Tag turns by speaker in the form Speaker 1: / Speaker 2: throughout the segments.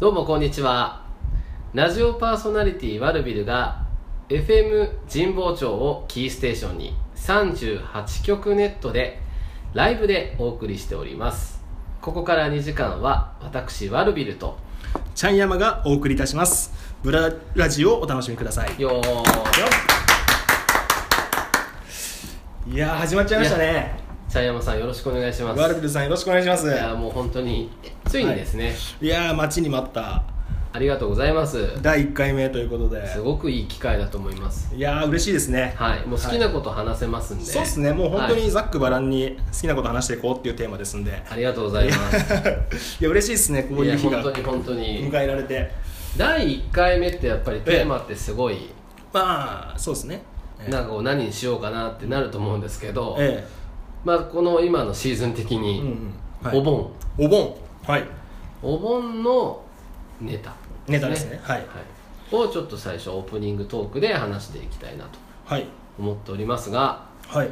Speaker 1: どうもこんにちはラジオパーソナリティワルビルが FM 神保町をキーステーションに38局ネットでライブでお送りしておりますここから2時間は私ワルビルと
Speaker 2: チャンヤマがお送りいたしますブララジオをお楽しみください
Speaker 1: よー
Speaker 2: いやー始まっちゃいましたね
Speaker 1: 茶山さんよろしくお願いします
Speaker 2: ワルビルさんよろしくお願いします
Speaker 1: いやもう本当についにですね、
Speaker 2: いやー待ちに待った
Speaker 1: ありがとうございます
Speaker 2: 第1回目ということです
Speaker 1: ごくいい機会だと思います
Speaker 2: いやー嬉しいですね
Speaker 1: はいもう好きなこと話せますんで、
Speaker 2: そうですねもう本当
Speaker 1: はい
Speaker 2: にざっくばらんに好きなこと話していこうっていうテーマですんで、
Speaker 1: ありがとうございます
Speaker 2: いや嬉しいですねこう
Speaker 1: い
Speaker 2: い
Speaker 1: や
Speaker 2: う日
Speaker 1: 本
Speaker 2: が
Speaker 1: 当に本当に
Speaker 2: 迎えられて
Speaker 1: 第1回目ってやっぱりテーマってすごい、
Speaker 2: まあそうですねえ
Speaker 1: なんかこう何にしようかなってなると思うんですけど、
Speaker 2: え
Speaker 1: まあ、この今のシーズン的
Speaker 2: えうんう
Speaker 1: に、
Speaker 2: んはい
Speaker 1: お盆
Speaker 2: お盆はい
Speaker 1: お盆のネタ
Speaker 2: ネタですねはい
Speaker 1: をちょっと最初オープニングトークで話していきたいなと
Speaker 2: はい
Speaker 1: 思っておりますが
Speaker 2: はい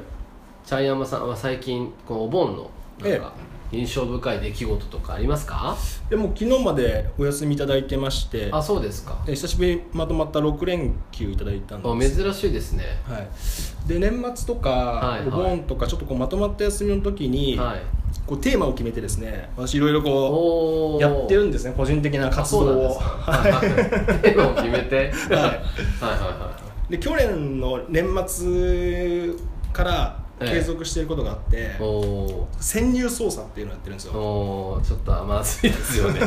Speaker 1: チャイヤマさんは最近このお盆のなんか印象深い出来事とかありますか、
Speaker 2: でも昨日までお休みいただいてまして
Speaker 1: あそうですか
Speaker 2: え久しぶりにまとまった6連休いただいたん
Speaker 1: あ
Speaker 2: です
Speaker 1: 珍しいですね
Speaker 2: はい、で年末とか、
Speaker 1: はいはい
Speaker 2: お盆とかちょっとこうまとまった休みの時に、
Speaker 1: はい
Speaker 2: こうテーマを決めてですね私いろいろこ
Speaker 1: お
Speaker 2: う
Speaker 1: ー
Speaker 2: やってるんですね個人的な
Speaker 1: あ
Speaker 2: 活動
Speaker 1: そうなんで
Speaker 2: を
Speaker 1: すかはいテーマを決めて
Speaker 2: はい
Speaker 1: はいはいは
Speaker 2: で去年の年末から
Speaker 1: ええ
Speaker 2: 継続していることがあって、
Speaker 1: いお
Speaker 2: 潜入捜査っていうのをやってるんです
Speaker 1: ー
Speaker 2: よ
Speaker 1: おーちょっとまずいですよね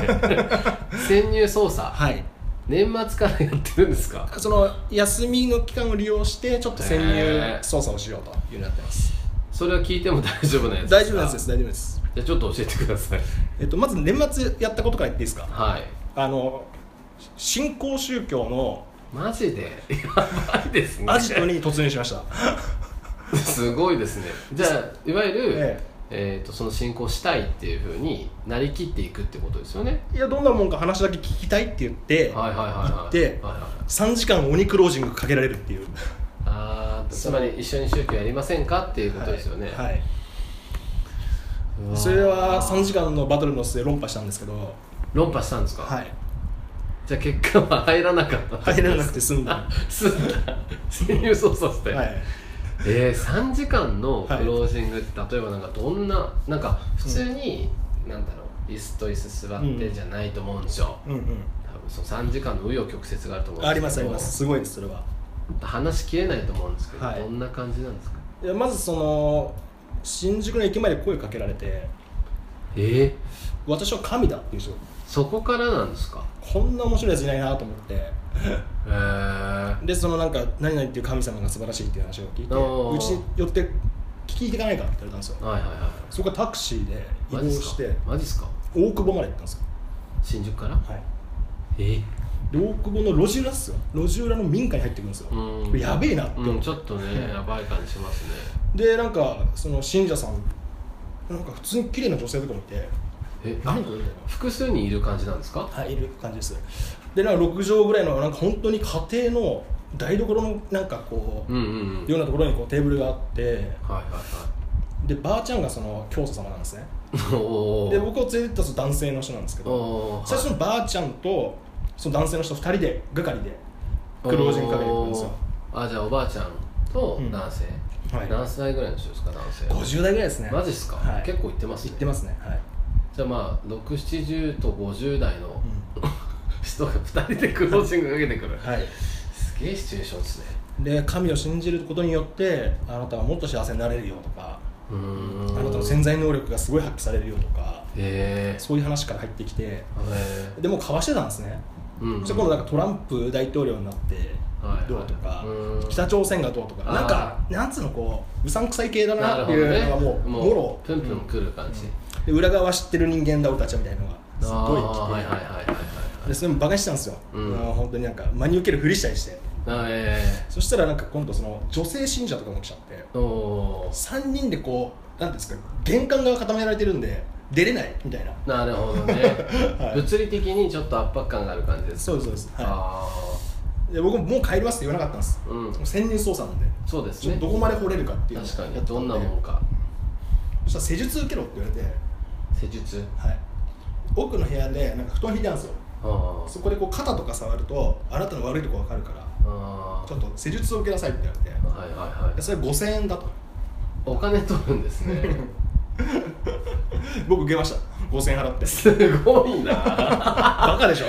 Speaker 1: 潜入捜査
Speaker 2: はい
Speaker 1: 年末からやってるんですか
Speaker 2: その休みの期間を利用してちょっと潜入
Speaker 1: へえ
Speaker 2: 捜査をしようというのをやってます
Speaker 1: それは聞いても大丈夫なやつ
Speaker 2: 大丈夫です
Speaker 1: か
Speaker 2: 大丈夫です、
Speaker 1: じゃあちょっと教えてください
Speaker 2: えっと、まず年末やったことから言っていいですか
Speaker 1: はい
Speaker 2: あの新興宗教の
Speaker 1: マジでやばいですね
Speaker 2: アジトに突入しました
Speaker 1: すごいですねじゃあいわゆる、え
Speaker 2: え
Speaker 1: ー、とその進行したいっていうふうになりきっていくってことですよね
Speaker 2: いやどんなもんか話だけ聞きたいって言って、
Speaker 1: はいはいはいはい
Speaker 2: で
Speaker 1: はいはいはい
Speaker 2: 3時間鬼クロージングかけられるっていう
Speaker 1: あーつまり一緒に宗教やりませんかっていうことですよね、
Speaker 2: はい、はいう
Speaker 1: わー
Speaker 2: それは3時間のバトルの末論破したんですけど
Speaker 1: 論破したんですか、
Speaker 2: はい
Speaker 1: じゃあ結果は入らなかった
Speaker 2: 入らなくて済んだ
Speaker 1: すんだ潜入捜査して、
Speaker 2: はい
Speaker 1: えー、3時間のク
Speaker 2: はい
Speaker 1: ロージングって、例えばなんかどんななんか普通に、なんだろう椅子と椅子座ってじゃないと思うんですよ、
Speaker 2: うんうん
Speaker 1: 多分その3時間の紆余曲折があると思うんですけど
Speaker 2: ありますありますすごいですそれは
Speaker 1: 話しきれないと思うんですけど、
Speaker 2: はい
Speaker 1: どんな感じなんですか
Speaker 2: いやまずその新宿の駅前で声かけられて
Speaker 1: ええ
Speaker 2: 私は神だっていう人
Speaker 1: そこからなんですか
Speaker 2: こんな面白いやついないなと思って
Speaker 1: へえ
Speaker 2: でそのなんか何々っていう神様が素晴らしいっていう話を聞いて
Speaker 1: おー
Speaker 2: うちに寄って聞いていかないかって言われたんですよ
Speaker 1: はいはいは
Speaker 2: そこからタクシーで
Speaker 1: い
Speaker 2: 移
Speaker 1: マ
Speaker 2: 動
Speaker 1: ジっすか
Speaker 2: して
Speaker 1: マジっすか
Speaker 2: 大久保まで行ったんですよ、
Speaker 1: 新宿から
Speaker 2: はい、
Speaker 1: え
Speaker 2: で大久保の路地裏っすよ路地裏の民家に入ってくるんですよ
Speaker 1: うん
Speaker 2: これやべえなって、
Speaker 1: うんちょっとねやばい感じしますね
Speaker 2: でなんかその信者さんなんか普通に綺麗な女性とかもいて
Speaker 1: え
Speaker 2: 何これみたい
Speaker 1: 複数人いる感じなんですか
Speaker 2: なはいいる感じですでなんか6畳ぐらいのなんか本当に家庭の台所のなんかこう、
Speaker 1: うんうんうん
Speaker 2: ようなところにこうテーブルがあって
Speaker 1: はいはい は
Speaker 2: でばあちゃんがその教祖様なんですね
Speaker 1: いおお
Speaker 2: で僕を連れてったその男性の人なんですけど
Speaker 1: おー
Speaker 2: 最初のばあちゃんとその男性の人2人で係でクロージングかけてくるんですよ
Speaker 1: おーあじゃあおばあちゃんと男性、
Speaker 2: はい
Speaker 1: 何歳ぐらいの人ですか男性
Speaker 2: 50代ぐらいですね
Speaker 1: マジっすか、
Speaker 2: はい
Speaker 1: 結構行ってますね
Speaker 2: 行ってますねはい、
Speaker 1: じゃあまあ670と50代の人が2人でクロージングかけてくる
Speaker 2: はい
Speaker 1: すげえシチュエーションですね
Speaker 2: で神を信じることによってあなたはもっと幸せになれるよとか
Speaker 1: うー
Speaker 2: あ
Speaker 1: ん
Speaker 2: なたの潜在能力がすごい発揮されるよとか
Speaker 1: へえ
Speaker 2: そういう話から入ってきて
Speaker 1: へえ
Speaker 2: でもう交わしてたんですね、
Speaker 1: うん
Speaker 2: そして今度なんかトランプ大統領になって
Speaker 1: はい
Speaker 2: どうとか、
Speaker 1: うん
Speaker 2: 北朝鮮がどうとか
Speaker 1: あー
Speaker 2: なんかなんつうのこううさんくさい系だ
Speaker 1: な
Speaker 2: な
Speaker 1: る
Speaker 2: って
Speaker 1: ほ
Speaker 2: い
Speaker 1: ど
Speaker 2: う
Speaker 1: ね
Speaker 2: のがもうもろ
Speaker 1: プンプンくる感じ、
Speaker 2: で裏側は知ってる人間だ俺たちはみたいなのがす
Speaker 1: ああ
Speaker 2: ご
Speaker 1: はいい
Speaker 2: 来
Speaker 1: はいはい
Speaker 2: て
Speaker 1: はいはい
Speaker 2: でそれもバカにしてたんですよ、
Speaker 1: うん
Speaker 2: あの本当になんか真に受けるふりしたりして
Speaker 1: あえ
Speaker 2: そしたらなんか今度その女性信者とかも来ちゃって
Speaker 1: えおー
Speaker 2: 3人でこうなんていうんですか玄関側固められてるんで出れないみたいな
Speaker 1: なるほどね、
Speaker 2: はい
Speaker 1: 物理的にちょっと圧迫感がある感じです
Speaker 2: そうですそうです、は
Speaker 1: あ
Speaker 2: い、で僕ももう帰りますって言わなかったんです
Speaker 1: あうん
Speaker 2: 潜入捜査なんで
Speaker 1: そうです
Speaker 2: ちょっ
Speaker 1: ね
Speaker 2: とどこまで掘れるかっていうのを
Speaker 1: 確か
Speaker 2: や
Speaker 1: に
Speaker 2: った
Speaker 1: どんなもんか
Speaker 2: そしたら施術受けろって言われて、
Speaker 1: 施術
Speaker 2: はい、奥の部屋でなんか布団引いてあるんですよ
Speaker 1: あ
Speaker 2: そこでこう肩とか触るとあなたの悪いとこ分かるから
Speaker 1: あ
Speaker 2: ちょっと施術を受けなさいって言われて
Speaker 1: はいはいは
Speaker 2: で
Speaker 1: い
Speaker 2: それ5000円だと
Speaker 1: お金取るんですね
Speaker 2: 僕受けました5000円払って
Speaker 1: すごいな
Speaker 2: バカでしょ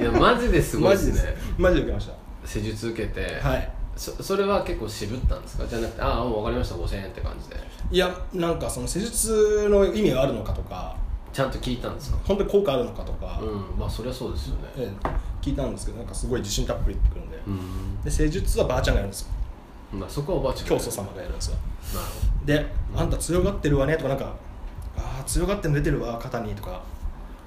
Speaker 1: いやマジですごい
Speaker 2: マ
Speaker 1: で
Speaker 2: ジです
Speaker 1: ね
Speaker 2: マジで受けまし
Speaker 1: 施術受けて、
Speaker 2: たはい
Speaker 1: そそれは結構渋ったんですかじゃなくてああもう分かりました5000円って感じで
Speaker 2: いやなんかその施術の意味があるのかとか
Speaker 1: ちゃんと聞いたんですか
Speaker 2: 本当に効果あるのかとか、
Speaker 1: うんまあそりゃそうですよね
Speaker 2: ええ聞いたんですけどなんかすごい自信たっぷり言ってくるんで,、
Speaker 1: うん
Speaker 2: で施術はばあちゃんがやるんですよ
Speaker 1: まあそこはおばあちゃん
Speaker 2: 教祖様がやるんですよ
Speaker 1: なる
Speaker 2: で「あんた強がってるわね」とかなんか「ああ強がってんの出てるわ肩に」とか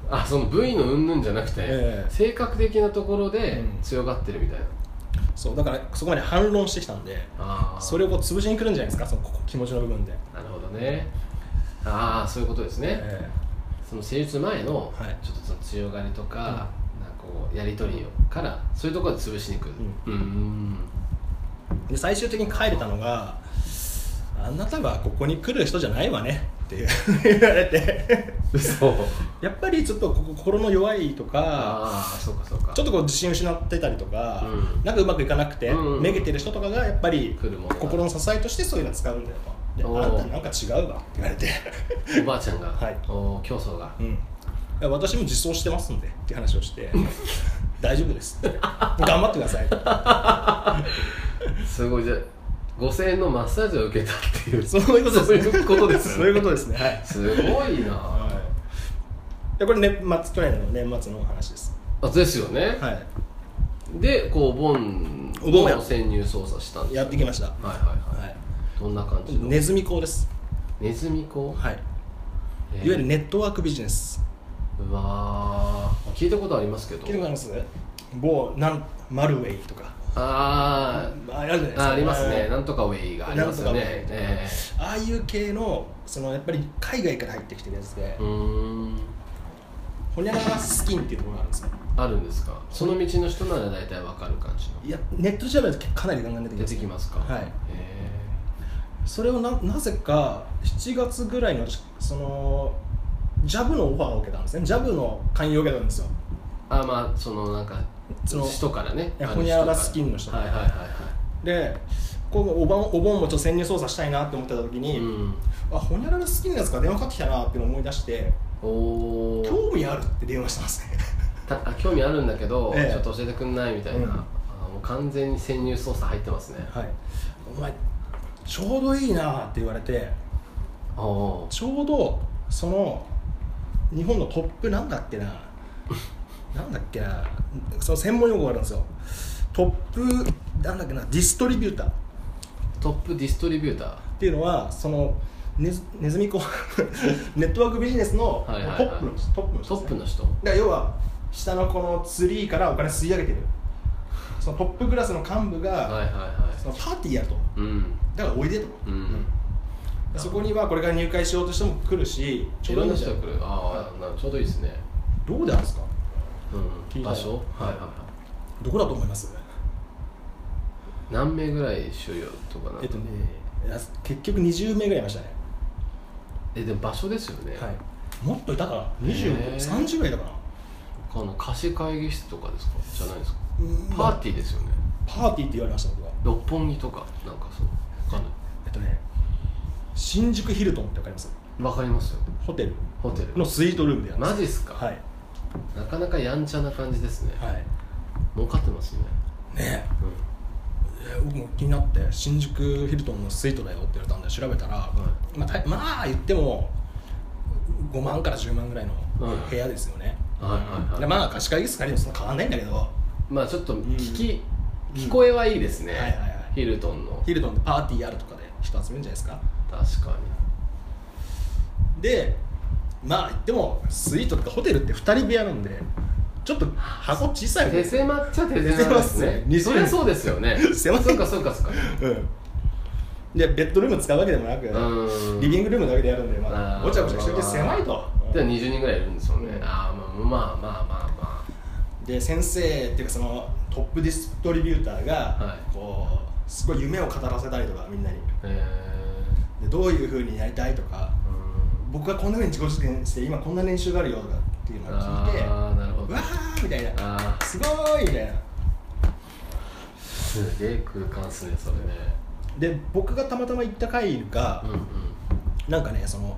Speaker 1: ほどあその部位の云々じゃなくて、
Speaker 2: ええ
Speaker 1: 性格的なところで
Speaker 2: うん
Speaker 1: 強がってるみたいな、
Speaker 2: そうだからそこまで反論してきたんで
Speaker 1: ああ
Speaker 2: それをこう潰しに来るんじゃないですかそのここ気持ちの部分で、
Speaker 1: なるほどねああそういうことですね、
Speaker 2: え
Speaker 1: その施術前の
Speaker 2: はい
Speaker 1: ちょっとその強がりとか,、なんかこうやり取りからそういうところで潰しに来るうん
Speaker 2: えで最終的に帰れたのが「あなたはここに来る人じゃないわね」っていう 言われて
Speaker 1: 嘘
Speaker 2: やっぱりちょっとここ心の弱いとか
Speaker 1: ああそうかそうか
Speaker 2: ちょっとこう自信失ってたりとか、
Speaker 1: うん
Speaker 2: なんかうまくいかなくて、
Speaker 1: うん
Speaker 2: めげてる人とかがやっぱり
Speaker 1: 来るものだ
Speaker 2: 心の支えとしてそういうの使うんだよとで
Speaker 1: おー
Speaker 2: あんたなんか違うわって言われて
Speaker 1: おばあちゃんが、
Speaker 2: はい
Speaker 1: お競争が
Speaker 2: うんいや私も実装してますんでって話をして 大丈夫ですって頑張ってく ださいって
Speaker 1: すごいじゃあ5000円のマッサージを受けたっていう
Speaker 2: そういうことですね
Speaker 1: そういうことですよね
Speaker 2: そういうことですねはい、
Speaker 1: すごいな、
Speaker 2: はい、でこれ年末去年の年末の話です
Speaker 1: あですよね、
Speaker 2: は
Speaker 1: でこうお盆
Speaker 2: お盆や
Speaker 1: の潜入捜査したん
Speaker 2: い
Speaker 1: です
Speaker 2: や
Speaker 1: よ
Speaker 2: ってきました、は
Speaker 1: はいはいはい
Speaker 2: い、
Speaker 1: どんな感じの、
Speaker 2: ネズミ講です、
Speaker 1: ネズミ講、
Speaker 2: はい、いわ
Speaker 1: えー
Speaker 2: ゆるネットワークビジネス
Speaker 1: うわー聞いたことありますけど
Speaker 2: 聞いてもらいます某なんマルウェイとか
Speaker 1: あー
Speaker 2: ああるじゃないです
Speaker 1: あ
Speaker 2: か
Speaker 1: あります
Speaker 2: は
Speaker 1: ね
Speaker 2: い
Speaker 1: なんとかウェイがありますよね
Speaker 2: なんとかウェイ
Speaker 1: え
Speaker 2: ああいう系のそのやっぱり海外から入ってきてるやつで
Speaker 1: えうーん
Speaker 2: ホニャララスキンっていうところがあるんですよ
Speaker 1: あるんですかその道の人なら大体わかる感じの
Speaker 2: いやネット調べるとかなりガンガン出てき
Speaker 1: 出
Speaker 2: ます
Speaker 1: てきますか
Speaker 2: はい
Speaker 1: え
Speaker 2: それをななぜか7月ぐらいのそのジャブのオファーを受けたんですねジャブの勧誘を受けたんですよ
Speaker 1: えあまあそのなんか
Speaker 2: その
Speaker 1: 人からね
Speaker 2: いや
Speaker 1: ある人
Speaker 2: ホニャララスキンの人
Speaker 1: はいはいはいは
Speaker 2: でこうお盆お盆もちょっと潜入捜査したいなって思ってた時
Speaker 1: い
Speaker 2: に、
Speaker 1: うん
Speaker 2: あホニャララスキンのやつから電話かかってきたなっていうのを思い出して
Speaker 1: おお
Speaker 2: 興味あるって電話したんですね
Speaker 1: たあ興味あるんだけど、
Speaker 2: ええ
Speaker 1: ちょっと教えてくんないみたいな、
Speaker 2: うん
Speaker 1: あもう完全に潜入捜査入ってますね
Speaker 2: はい お前ちょうどいいなって言われて
Speaker 1: おお
Speaker 2: ちょうどその日本のトップなんだっけななんだっけなその専門用語があるんですよトップなんだっけなディストリビューターっ
Speaker 1: トップディストリビューター
Speaker 2: ていうのはそのネズネズミ子 ネットワークビジネスのト
Speaker 1: はいはいはい
Speaker 2: ップのトップの人
Speaker 1: トッ
Speaker 2: です
Speaker 1: プ
Speaker 2: ね
Speaker 1: の人
Speaker 2: だから要は下のこのツリーからお金吸い上げてるそのトップクラスの幹部が、
Speaker 1: はいはい
Speaker 2: そ
Speaker 1: は
Speaker 2: のパーティーやると
Speaker 1: いうん
Speaker 2: だからおいでと、
Speaker 1: うん
Speaker 2: でそこにはこれから入会しようとしても来るし
Speaker 1: いろんな人が
Speaker 2: ど
Speaker 1: 来るああ、なちょうどいいですね、
Speaker 2: どこであるんですか
Speaker 1: う
Speaker 2: 聞
Speaker 1: ん、
Speaker 2: いた
Speaker 1: 場所
Speaker 2: はい
Speaker 1: はいはいはい
Speaker 2: どこだと思います
Speaker 1: 何名ぐらい収容とかな
Speaker 2: えっとねいや結局20名ぐらいいましたね、
Speaker 1: えでも場所ですよね、
Speaker 2: はい、もっといたかな
Speaker 1: へー
Speaker 2: 2530ぐらいいたかな
Speaker 1: この貸し会議室とかですかじゃないですか
Speaker 2: うん
Speaker 1: パーティーですよね
Speaker 2: パーティーって言われました僕は
Speaker 1: 六本木とかなんかそうわかんない
Speaker 2: えっとね新宿ヒルトンってわかります
Speaker 1: わかりますよ
Speaker 2: ホテル
Speaker 1: ホテル
Speaker 2: のスイートルームでやるん
Speaker 1: マ
Speaker 2: です
Speaker 1: ジっすか、
Speaker 2: はい
Speaker 1: なかなかやんちゃな感じですね、
Speaker 2: はい
Speaker 1: 儲かってますね、
Speaker 2: ね
Speaker 1: うん
Speaker 2: ええー僕も気になって新宿ヒルトンのスイートだよって言われたんで調べたら、
Speaker 1: い
Speaker 2: まあたまあ言っても5万から10万ぐらいの
Speaker 1: はい
Speaker 2: 部屋ですよね、
Speaker 1: はいはいは
Speaker 2: で
Speaker 1: い
Speaker 2: まあ貸し会議室借りるのそんな変わんないんだけど
Speaker 1: まあちょっと聞き、
Speaker 2: うん
Speaker 1: 聞こえはいいですね、
Speaker 2: はいはいはい
Speaker 1: ヒルトンの
Speaker 2: ヒルトンでパーティーやるとかで人集めるんじゃないですか
Speaker 1: 確か
Speaker 2: でまあ言ってもスイートとかホテルって2人部屋なんでちょっと箱小さい
Speaker 1: に
Speaker 2: よね
Speaker 1: 手狭っちゃ手狭ですね
Speaker 2: 手
Speaker 1: そ
Speaker 2: 狭っすね
Speaker 1: りゃそうですよね
Speaker 2: 狭い
Speaker 1: そうかそうかそうか
Speaker 2: うんでベッドルーム使うわけでもなく
Speaker 1: うん
Speaker 2: リビングルームだけでやるんで、
Speaker 1: あ
Speaker 2: ま
Speaker 1: ー
Speaker 2: あ、ごちゃごちゃしておいて狭いと
Speaker 1: では20人ぐらいいるんですもんね、
Speaker 2: うん
Speaker 1: ああまあまあまあまあま
Speaker 2: で先生っていうかそのトップディストリビューター
Speaker 1: は
Speaker 2: が
Speaker 1: い
Speaker 2: こうすごい夢を語らせたりとかみんなに
Speaker 1: あへ
Speaker 2: でどういうふうにやりたいとか
Speaker 1: えうん
Speaker 2: 僕はこんなふうに自己実現して今こんな練習があるよとかっていうのを聞いて
Speaker 1: ああなるほど
Speaker 2: わーみたいな
Speaker 1: あ
Speaker 2: すごーいみたいな
Speaker 1: ーすげえ空間っすねそれね
Speaker 2: で僕がたまたま行った回が
Speaker 1: うん、
Speaker 2: なんかねその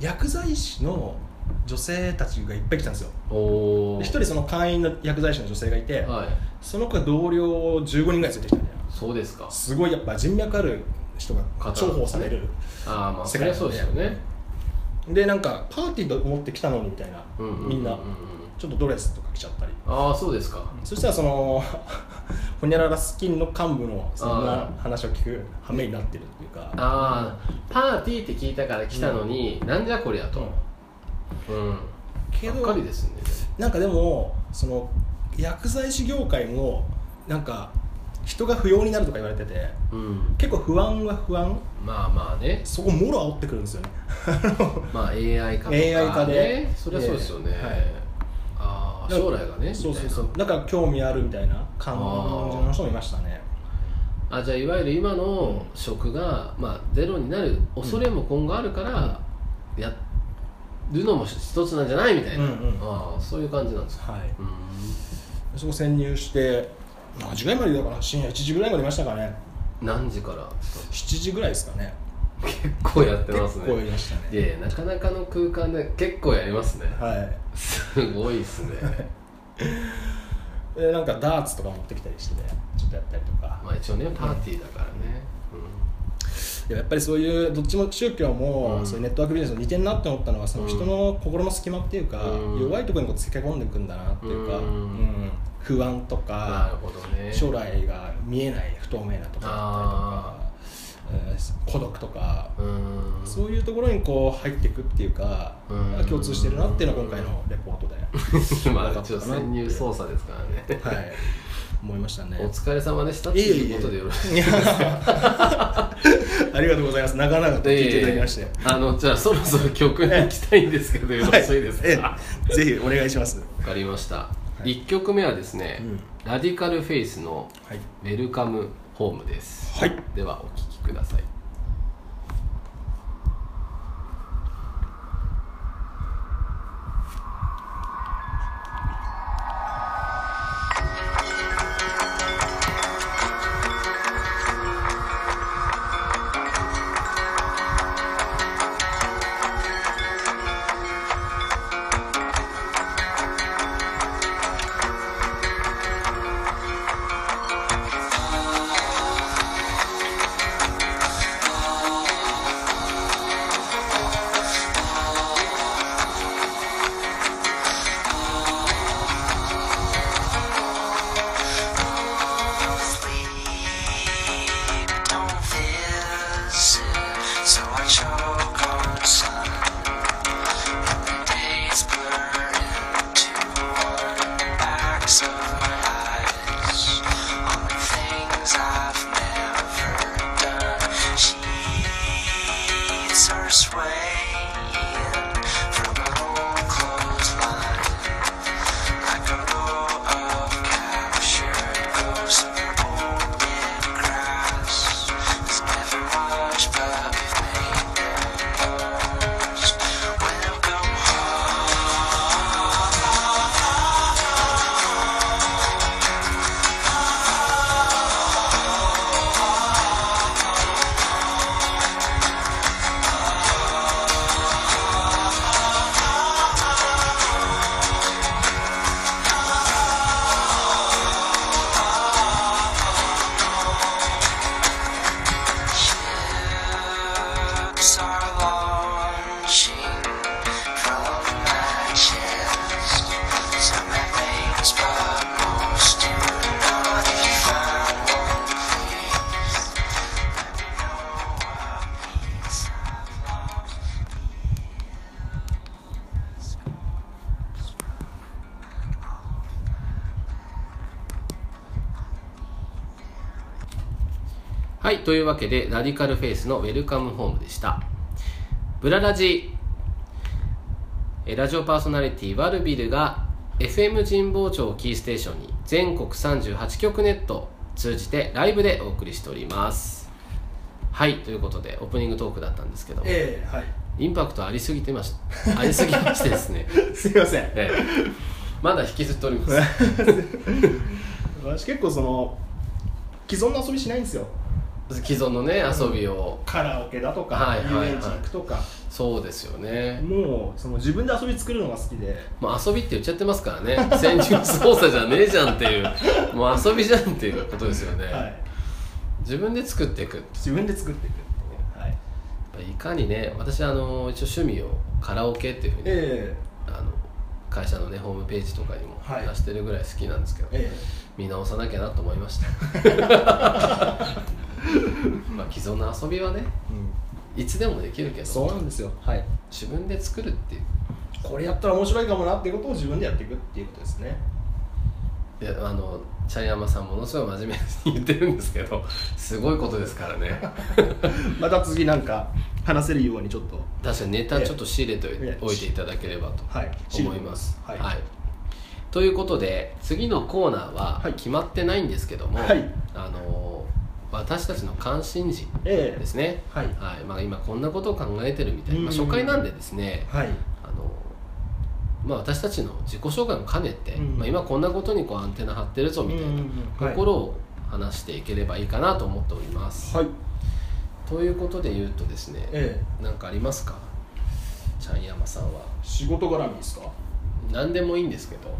Speaker 2: 薬剤師の女性たちがいっぱい来たんですよ
Speaker 1: うんおお
Speaker 2: で一人その会員の薬剤師の女性がいて、
Speaker 1: はい
Speaker 2: その子が同僚を15人ぐらい連れてきたんだよ
Speaker 1: そうですか
Speaker 2: すごいやっぱ人脈ある人が
Speaker 1: 方
Speaker 2: 重宝される
Speaker 1: ああまあそ
Speaker 2: 世
Speaker 1: り
Speaker 2: 界
Speaker 1: ゃそうですよね
Speaker 2: でなんかパーティーと思って来たのにみたいな、
Speaker 1: うううう
Speaker 2: みんなちょっとドレスとか着ちゃったり
Speaker 1: ああそうですか
Speaker 2: そしたらその ほにゃららスキンの幹部のそんな話を聞く羽目になってるっていうか
Speaker 1: ああパーティーって聞いたから来たのに、なんじゃこりゃとうん
Speaker 2: け
Speaker 1: ばっか
Speaker 2: ど
Speaker 1: りですね
Speaker 2: なんかでもその薬剤師業界もなんか人が不要になるとか言われてて
Speaker 1: うん
Speaker 2: 結構不安は不安
Speaker 1: まあまあね
Speaker 2: そこもろ煽ってくるんですよね
Speaker 1: まあ AI 化とか、ね、
Speaker 2: AI 化で
Speaker 1: そりゃそうですよね、
Speaker 2: ええはい
Speaker 1: ああ将来がね
Speaker 2: そうそうそう
Speaker 1: みたい
Speaker 2: だから興味あるみたいな感じの人もいましたね
Speaker 1: なあじゃあいわゆる今の職が、まあ、ゼロになる恐れも今後あるから、やるのも一つなんじゃないみたいな、
Speaker 2: うんうん
Speaker 1: ああそういう感じなんですか
Speaker 2: はい
Speaker 1: うん
Speaker 2: そこ潜入して何時ぐらいまでだから深夜1時ぐらいまでいましたかね
Speaker 1: 何時から
Speaker 2: 7時ぐらいですかね
Speaker 1: 結構やってます
Speaker 2: 結
Speaker 1: ね
Speaker 2: 構いましたね
Speaker 1: でなかなかの空間で結構やりますね
Speaker 2: はい
Speaker 1: すごいっすね
Speaker 2: でなんかダーツとか持ってきたりしてねちょっとやったりとか
Speaker 1: まあ一応ねパーティーだからね、うん
Speaker 2: でもやっぱりそういうどっちも宗教も、
Speaker 1: うん
Speaker 2: そういうネットワークビジネスも似てんなって思ったのはその人の心の隙間っていうか、
Speaker 1: うん
Speaker 2: 弱いところにこうつけ込んでいくんだなっていうか、
Speaker 1: うん
Speaker 2: うん不安と
Speaker 1: なる
Speaker 2: か
Speaker 1: ほどね
Speaker 2: 将来が見えない不透明なところだったりとか、えー孤独とか、
Speaker 1: うん
Speaker 2: そういうところにこう入っていくっていうか、
Speaker 1: うん
Speaker 2: なんか共通してるなっていうのは今回のレポートで、
Speaker 1: まあ一応潜入捜査ですからね
Speaker 2: はい、思いましたね。
Speaker 1: お疲れ様でしたっていうことでよろしい
Speaker 2: いや ありがとうございます。長々と聞いていただきまして。
Speaker 1: ええあのじゃあそろそろ曲に行きたいんですけどよろしいですか、
Speaker 2: はいええぜひお願いします。
Speaker 1: わかりました、
Speaker 2: い
Speaker 1: 一1曲目はですね、
Speaker 2: うん
Speaker 1: ラディカルフェイスの
Speaker 2: はい。
Speaker 1: 「ウェルカムホーム」です、
Speaker 2: はい
Speaker 1: ではお聴きください
Speaker 3: Sleep don't visit, so I choke on sun. And the days blur into one. Backs of my eyes on the things I've never done. Sheets are swaying from an old clothesline. Like a row of captured ghosts old dead grass is never washed, but we've made them worse. Welcome home. Ships are launching from my chest. Some have names, but most do not. If I won't please, let me know what peace I've lost.
Speaker 1: はい、というわけで、ラディカルフェイスのウェルカムホームでした。ブララジ、えラジオパーソナリティワルビルが FM 神保町をキーステーションに全国38局ネットを通じてライブでお送りしております。はい、ということで、オープニングトークだったんですけども、
Speaker 2: ええは
Speaker 1: インパクトありすぎてました。ありすぎましてですね。
Speaker 2: い。すみません。
Speaker 1: ええまだ引きずっております
Speaker 2: 私結構その既存の遊びしないんですよ
Speaker 1: 既存のね遊びを
Speaker 2: カラオケだとか、
Speaker 1: はいはいはい
Speaker 2: 遊園地行くとか
Speaker 1: そうですよね
Speaker 2: もうその自分で遊び作るのが好きで
Speaker 1: もう遊びって言っちゃってますからね 戦術操作じゃねえじゃんっていうもう遊びじゃんっていうことですよね、
Speaker 2: はい、
Speaker 1: 自分で作っていくやっ
Speaker 2: 自分で作っていくっていう、はい、
Speaker 1: ぱいかにね私あの一応趣味をカラオケっていうふうに、
Speaker 2: え
Speaker 1: あの会社のねホームページとかにも
Speaker 2: はい
Speaker 1: 出してるぐらい好きなんですけど、
Speaker 2: ええ
Speaker 1: 見直さなきゃなと思いま したまあ既存の遊びはね
Speaker 2: え
Speaker 1: いつでもできるけ
Speaker 2: そうな
Speaker 1: ど
Speaker 2: んですよはい
Speaker 1: 自分で作るっていう
Speaker 2: これやったら面白いかもなっていうことを自分でやっていくっていうことですね
Speaker 1: であの茶山さんものすごい真面目に言ってるんですけどすごいことですからね
Speaker 2: また次なんか話せるようにちょっと
Speaker 1: 確かにネタちょっと仕入れておい
Speaker 2: ええ
Speaker 1: おいていただければと
Speaker 2: はい
Speaker 1: 思います、
Speaker 2: はい
Speaker 1: ということで次のコーナー
Speaker 2: は
Speaker 1: はい決まってないんですけども、
Speaker 2: はい
Speaker 1: あの私たちの関心事
Speaker 2: え
Speaker 1: ですね、
Speaker 2: はい
Speaker 1: はいまあ、今こんなことを考えてるみたいな、まあ、
Speaker 2: うん
Speaker 1: 初回なんでですね、
Speaker 2: はい
Speaker 1: あのまあ、私たちの自己紹介も兼ねて、
Speaker 2: うん
Speaker 1: まあ、今こんなことにこうアンテナ張ってるぞみたいなとこ
Speaker 2: ろ
Speaker 1: ろを話していければいいかなと思っております、
Speaker 2: はい
Speaker 1: ということで言うとですね
Speaker 2: ええ
Speaker 1: 何かありますかちゃんやまさんは
Speaker 2: 仕事絡みですか
Speaker 1: 何でもいいんですけど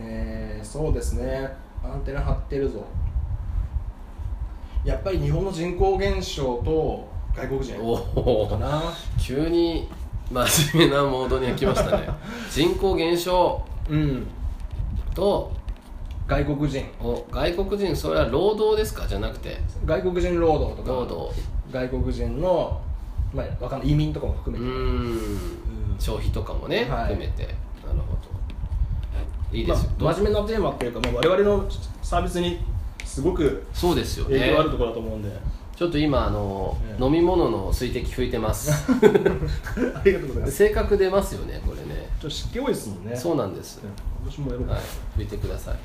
Speaker 2: ええそうですねアンテナ張ってるぞやっぱり日本の人口減少と外国人
Speaker 1: お
Speaker 2: か
Speaker 1: お
Speaker 2: な
Speaker 1: 急に真面目なモードに来ました ね人口減少
Speaker 2: うん
Speaker 1: と
Speaker 2: 外国人
Speaker 1: お外国人それは労働ですかじゃなくて
Speaker 2: 外国人労働とか
Speaker 1: 労働
Speaker 2: 外国人の、まあ、わかんない移民とかも含
Speaker 1: う
Speaker 2: めて、
Speaker 1: ー
Speaker 2: う
Speaker 1: ん
Speaker 2: ん
Speaker 1: 消費とかもね、
Speaker 2: はい
Speaker 1: 含めてなるほどいいですよ、
Speaker 2: まあ、
Speaker 1: どう
Speaker 2: 真面目なテーマっていうか、まあ、我々のサービスにすごく
Speaker 1: そうですよ
Speaker 2: 影
Speaker 1: ね
Speaker 2: 響あるところだと思うん で、
Speaker 1: ちょっと今あの、
Speaker 2: ええ
Speaker 1: 飲み物の水滴拭いてます
Speaker 2: ありがとうございます
Speaker 1: 性格出ますよねこれね
Speaker 2: ちょっと湿気多いですもんね
Speaker 1: そううなんです、
Speaker 2: 今年もやろうか
Speaker 1: はい、拭いてください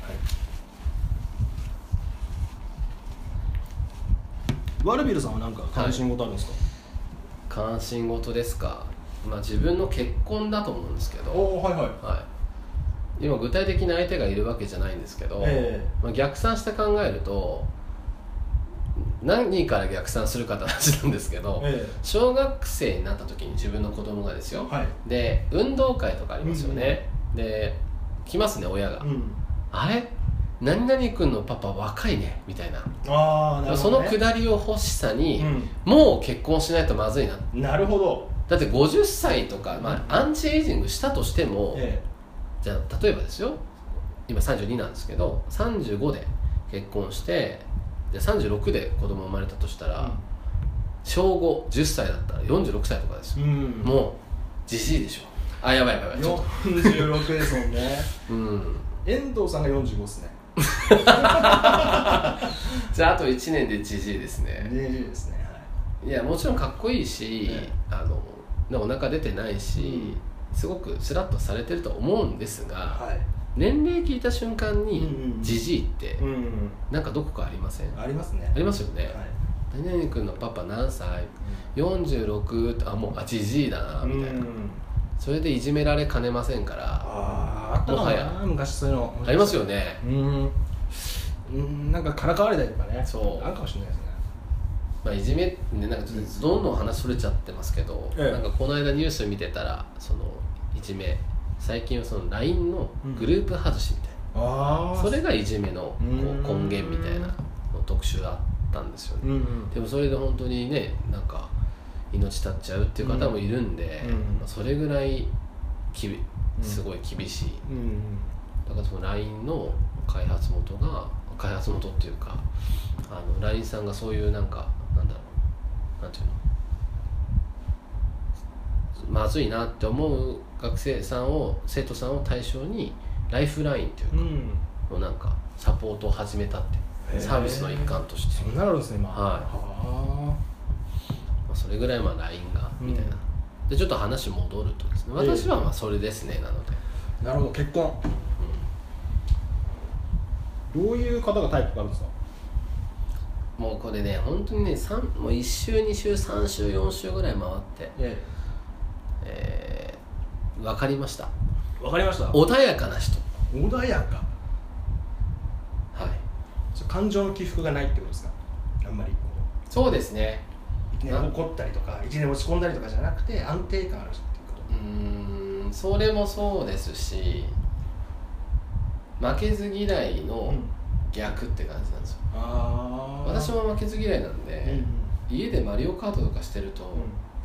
Speaker 2: ワルビルさんは何か関心事あるんですか、
Speaker 1: 関心事ですかまあ自分の結婚だと思うんですけど、
Speaker 2: おおはいはい
Speaker 1: はい、今具体的な相手がいるわけじゃないんですけど、
Speaker 2: ええ
Speaker 1: まあ、逆算して考えると何から逆算するかって話なんですけど、
Speaker 2: え
Speaker 1: 小学生になった時に自分の子供がですよ、
Speaker 2: はい
Speaker 1: で運動会とかありますよね、で来ますね親が、
Speaker 2: うん
Speaker 1: あれ何々君のパパ若いねみたいな
Speaker 2: ああなるほ
Speaker 1: そ
Speaker 2: ど、
Speaker 1: の
Speaker 2: ね、
Speaker 1: くだりを欲しさに、
Speaker 2: う、
Speaker 1: もう結婚しないとまずいなん
Speaker 2: なるほど
Speaker 1: だって50歳とか、まあ、アンチエイジングしたとしても、
Speaker 2: え
Speaker 1: じゃあ例えばですよ今32なんですけど35で結婚してで36で子供生まれたとしたら、小5 10歳だったら46歳とかです
Speaker 2: う
Speaker 1: よ、
Speaker 2: んう
Speaker 1: もうじじいでしょあやばいやばいやばいちょっと
Speaker 2: 46ですもん ね
Speaker 1: うん
Speaker 2: 遠藤さんが45ですね
Speaker 1: じゃああと1年でじじいですね
Speaker 2: ねいですね
Speaker 1: いやもちろんかっこいいし、
Speaker 2: ええ
Speaker 1: あのねお腹出てないし、すごくスラッとされてると思うんですが、
Speaker 2: はい、はい
Speaker 1: 年齢聞いた瞬間
Speaker 2: うん
Speaker 1: に
Speaker 2: うん
Speaker 1: じじいって
Speaker 2: うん、
Speaker 1: なんかどこかありませんあ
Speaker 2: ありますね
Speaker 1: りますよね、
Speaker 2: はい
Speaker 1: 何々君のパパ何歳46あもうあじじいだなみたいな、
Speaker 2: うん
Speaker 1: それでいじめられかねませんから
Speaker 2: あーあったか
Speaker 1: も
Speaker 2: も
Speaker 1: は
Speaker 2: な
Speaker 1: や
Speaker 2: 昔そういうの
Speaker 1: ありますよね
Speaker 2: うんうんなんかからかわれたりとかね
Speaker 1: そう
Speaker 2: あるかもしれないですね
Speaker 1: まあ、いじめってねなんかちょっとどんどん話それちゃってますけど、
Speaker 2: ええ
Speaker 1: なんかこの間ニュース見てたらそのいじめ最近はその LINE のグループ外しみたい
Speaker 2: あ
Speaker 1: な、それがいじめのこう
Speaker 2: うーん
Speaker 1: 根源みたいなの特集あったんですよね、
Speaker 2: うんうん
Speaker 1: でもそれで本当にねなんか命絶っちゃうっていう方もいるんで、
Speaker 2: うん
Speaker 1: まあそれぐらいきび
Speaker 2: うん
Speaker 1: すごい厳しい、
Speaker 2: うん
Speaker 1: だからその LINE の開発元が開発元っていうかあの LINE さんがそういうなんかなんだろうなんていうのまずいなって思う学生さんを生徒さんを対象にライフラインっていう
Speaker 2: う
Speaker 1: か、の
Speaker 2: ん
Speaker 1: なんかサポートを始めたって
Speaker 2: へー
Speaker 1: サービスの一環として
Speaker 2: そんなのあるんですね今
Speaker 1: はい
Speaker 2: は
Speaker 1: まあ、それぐらいまあ LINE がみたいな、でちょっと話戻るとですね
Speaker 2: ええ
Speaker 1: 私はまあそれですねなので、
Speaker 2: あなるほど結婚どういう方がタイプがあるんですか
Speaker 1: うんもうこれね本当にね三もう1週2週3週4週ぐらい回って、
Speaker 2: え
Speaker 1: えー、分かりました
Speaker 2: わかりました
Speaker 1: 穏やかな人
Speaker 2: 穏やか
Speaker 1: はい
Speaker 2: それ感情の起伏がないってことですかあんまりこう
Speaker 1: そうですね
Speaker 2: いきなり怒ったりとかいきなり落ち込んだりとかじゃなくて安定感ある人っていうこと
Speaker 1: うーんそれもそうですし負けず嫌いの逆って感じなんですよ、
Speaker 2: あー
Speaker 1: 私も負けず嫌いなんで、
Speaker 2: うん
Speaker 1: 家でマリオカートとかしてると、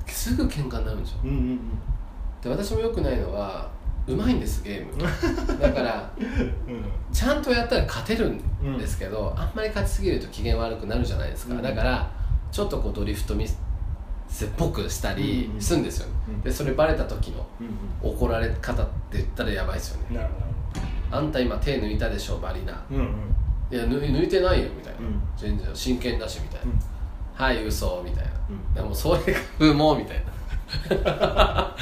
Speaker 1: すぐ喧嘩になるんですよ
Speaker 2: うんうんうん
Speaker 1: で私も良くないのはうまいんですゲー ムだから
Speaker 2: うん
Speaker 1: ちゃんとやったら勝てるんですけど、あんまり勝ちすぎると機嫌悪くなるじゃないですか、
Speaker 2: うん
Speaker 1: だからちょっとこうドリフトミスっぽくしたり
Speaker 2: うん
Speaker 1: するんですよね、
Speaker 2: うん
Speaker 1: でそれバレた時の
Speaker 2: うん
Speaker 1: 怒られ方って言ったらやばいですよね
Speaker 2: うんなるほ
Speaker 1: あんた今手抜いたでしょバリナ
Speaker 2: どうんうん
Speaker 1: いや抜抜いてないよみたいな、
Speaker 2: うん
Speaker 1: 全然真剣だしみたいな、
Speaker 2: うん
Speaker 1: はい嘘みたいな、
Speaker 2: うん
Speaker 1: でもそれが不毛みたい なだか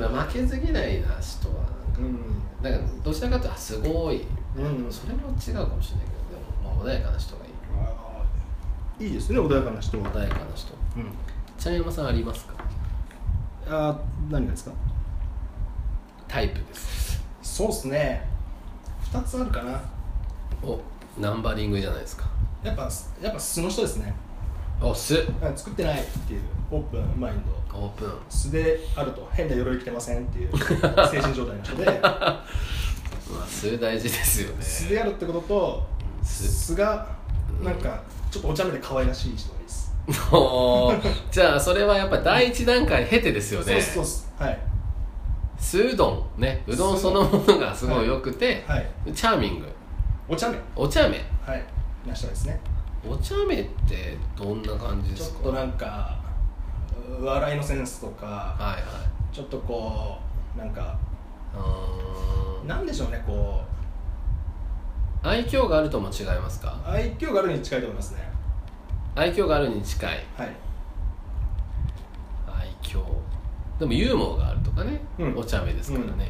Speaker 1: ら負けず嫌いな人はなんか
Speaker 2: うん
Speaker 1: だからどちらかというとあすごい、
Speaker 2: うん
Speaker 1: それも違うかもしれないけどでも、まあ、穏やかな人がいい
Speaker 2: あーいいですね穏やかな人は
Speaker 1: 穏やかな人
Speaker 2: うん
Speaker 1: 茶山さんありますか
Speaker 2: あー何がですか
Speaker 1: タイプです
Speaker 2: そうっすね2つあるかな
Speaker 1: おナンバリングじゃないですか
Speaker 2: やっぱやっぱ素の人ですね
Speaker 1: おす
Speaker 2: うん作ってないっていうオープンマインド
Speaker 1: オープン
Speaker 2: 素であると変な鎧着てませんっていう精神状態の人で
Speaker 1: まあす大事ですよね
Speaker 2: 素であるってことと
Speaker 1: 素
Speaker 2: 素がなんかちょっとお茶目で可愛らしい人がいいです
Speaker 1: おーじゃあそれはやっぱ第一段階経てですよね
Speaker 2: そうっすそうっすはい
Speaker 1: 酢うどんねうどんそのものがすごい良くて、
Speaker 2: はい
Speaker 1: チャーミング
Speaker 2: お茶目
Speaker 1: お茶目
Speaker 2: はいな人ですね
Speaker 1: お茶目ってどんな感じで
Speaker 2: ちょっ
Speaker 1: すか
Speaker 2: となんか笑いのセンスとか
Speaker 1: はいはい
Speaker 2: ちょっとこうなんか
Speaker 1: うーん
Speaker 2: なんでしょうねこう
Speaker 1: 愛嬌があるとも違いますか
Speaker 2: 愛嬌があるに近いと思いますね
Speaker 1: 愛嬌があるに近い
Speaker 2: はい
Speaker 1: 愛嬌でもユーモアがあるとかね、
Speaker 2: うん
Speaker 1: お茶目ですからね、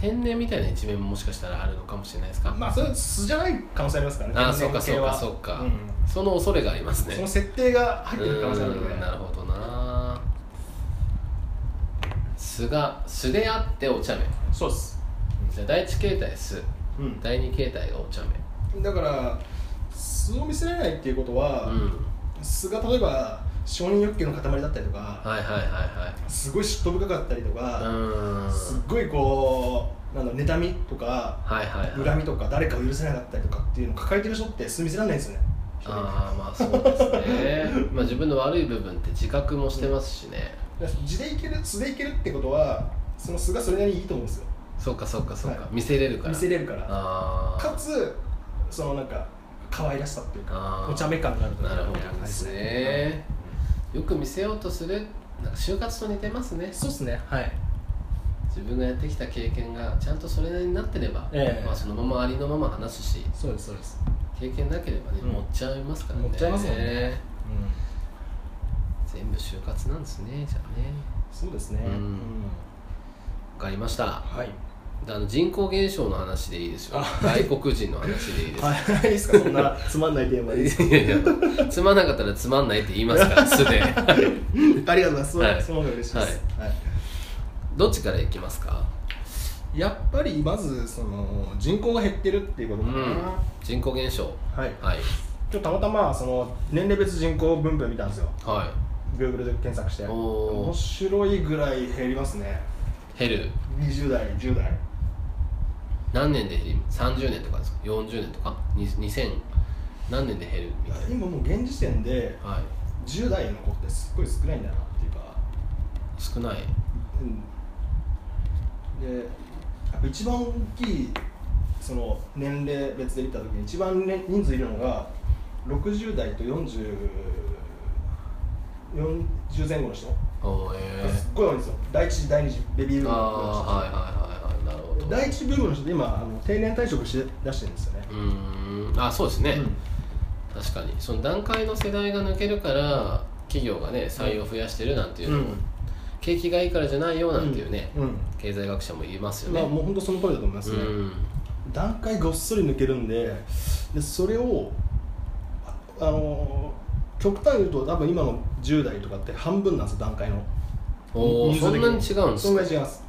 Speaker 1: 天然みたいな一面ももしかしたらあるのかもしれないですか、
Speaker 2: まあそれ素じゃない可能性ありますからね
Speaker 1: ああそっか
Speaker 2: 天
Speaker 1: そっ
Speaker 2: 然
Speaker 1: か
Speaker 2: 系
Speaker 1: そ
Speaker 2: は
Speaker 1: っか、
Speaker 2: うん
Speaker 1: その恐れがありますね
Speaker 2: その設定が入ってる可能性あるの
Speaker 1: うー
Speaker 2: で
Speaker 1: んなるほどな素が素であってお茶目
Speaker 2: そうっす、
Speaker 1: じゃあ第一形態素
Speaker 2: うん
Speaker 1: 第二形態がお茶目
Speaker 2: だから素を見せられないっていうことは、
Speaker 1: うん
Speaker 2: 素が例えば承認欲求の塊だったりとか、
Speaker 1: はいはいはいはい
Speaker 2: すごい嫉妬深かったりと
Speaker 1: う
Speaker 2: か、
Speaker 1: ーん
Speaker 2: すっごいこうなんだろう妬みとか
Speaker 1: はいはいはい
Speaker 2: 恨みとか誰かを許せなかったりとかっていうのを抱えてる人って素見せられないんですよね人に
Speaker 1: ああまあそうですねまあ自分の悪い部分って自覚もしてますしね、
Speaker 2: だから地でいける素でいけるってことはその素がそれなりにいいと思うんですよ
Speaker 1: そうかそうかそうか、
Speaker 2: はい
Speaker 1: 見せれるから
Speaker 2: 見せれるから
Speaker 1: ああ
Speaker 2: かつそのなんか可愛らしさっていう
Speaker 1: あ
Speaker 2: か
Speaker 1: ー
Speaker 2: お茶目感があると
Speaker 1: なるほどですねよく見せようとするなんか就活と似てますね
Speaker 2: そうですねはい
Speaker 1: 自分がやってきた経験がちゃんとそれなりになってれば、
Speaker 2: ええ
Speaker 1: まあ、そのままありのまま話すし
Speaker 2: そうですそうです
Speaker 1: 経験なければね、
Speaker 2: うん
Speaker 1: 持っちゃいますからね
Speaker 2: 持っちゃいますもんねうん
Speaker 1: 全部就活なんですねじゃあね
Speaker 2: そうですね
Speaker 1: うん
Speaker 2: うん
Speaker 1: わかりました
Speaker 2: はい
Speaker 1: であの人口減少の話でいいですよ
Speaker 2: あ
Speaker 1: 外国人の話でいいです
Speaker 2: はい いいですかそん なつまんないテーマでいいですか
Speaker 1: いやいやつまんなかったらつまんないって言いますから素 で
Speaker 2: ありがとうございますそ,、
Speaker 1: はい
Speaker 2: その方が嬉しいです、はい
Speaker 1: どっちからいきますか
Speaker 2: やっぱりまずその人口が減ってるっていうこと
Speaker 1: う
Speaker 2: かな、
Speaker 1: ん人口減少
Speaker 2: はい
Speaker 1: はい
Speaker 2: 今日たまたまその年齢別人口分布見たんですよ
Speaker 1: は
Speaker 2: Google で検索して
Speaker 1: おー
Speaker 2: 面白いぐらい減りますね
Speaker 1: い減る
Speaker 2: 20代10代
Speaker 1: 何年で減り30年とかですか40年とかに2000何年で減るみたい
Speaker 2: 今もう現時点で
Speaker 1: なはい
Speaker 2: 10代の子ってすっごい少ないんだなっていうか
Speaker 1: 少ない
Speaker 2: うんでやっぱ一番大きいその年齢別で見た時に一番、ね、人数いるのが60代と40 40前後の人
Speaker 1: おーえ
Speaker 2: すっごい多いんですよ第一次第二次ベビーブ
Speaker 1: ー、
Speaker 2: ームの子たち
Speaker 1: ああーはいはいはいはいなるほど
Speaker 2: 第一次ブームの人って今あの定年退職し出してるんですよね
Speaker 1: う、ーんあそうですね、確かにその段階の世代が抜けるから企業がね採用増やしてるなんていう
Speaker 2: う
Speaker 1: の
Speaker 2: ん
Speaker 1: も、景気がいいからじゃないよなんていうね、
Speaker 2: うん
Speaker 1: 経済学者も言いますよね、
Speaker 2: まあもう本当その通りだと思います
Speaker 1: う
Speaker 2: ね、
Speaker 1: ん
Speaker 2: 段階ごっそり抜けるんででそれをああのー極端に言うと多分今の10代とかって半分なんですよ段階の
Speaker 1: おお
Speaker 2: 人
Speaker 1: そ
Speaker 2: 数
Speaker 1: ん
Speaker 2: 的
Speaker 1: なに違うんです
Speaker 2: そん
Speaker 1: か
Speaker 2: なに違います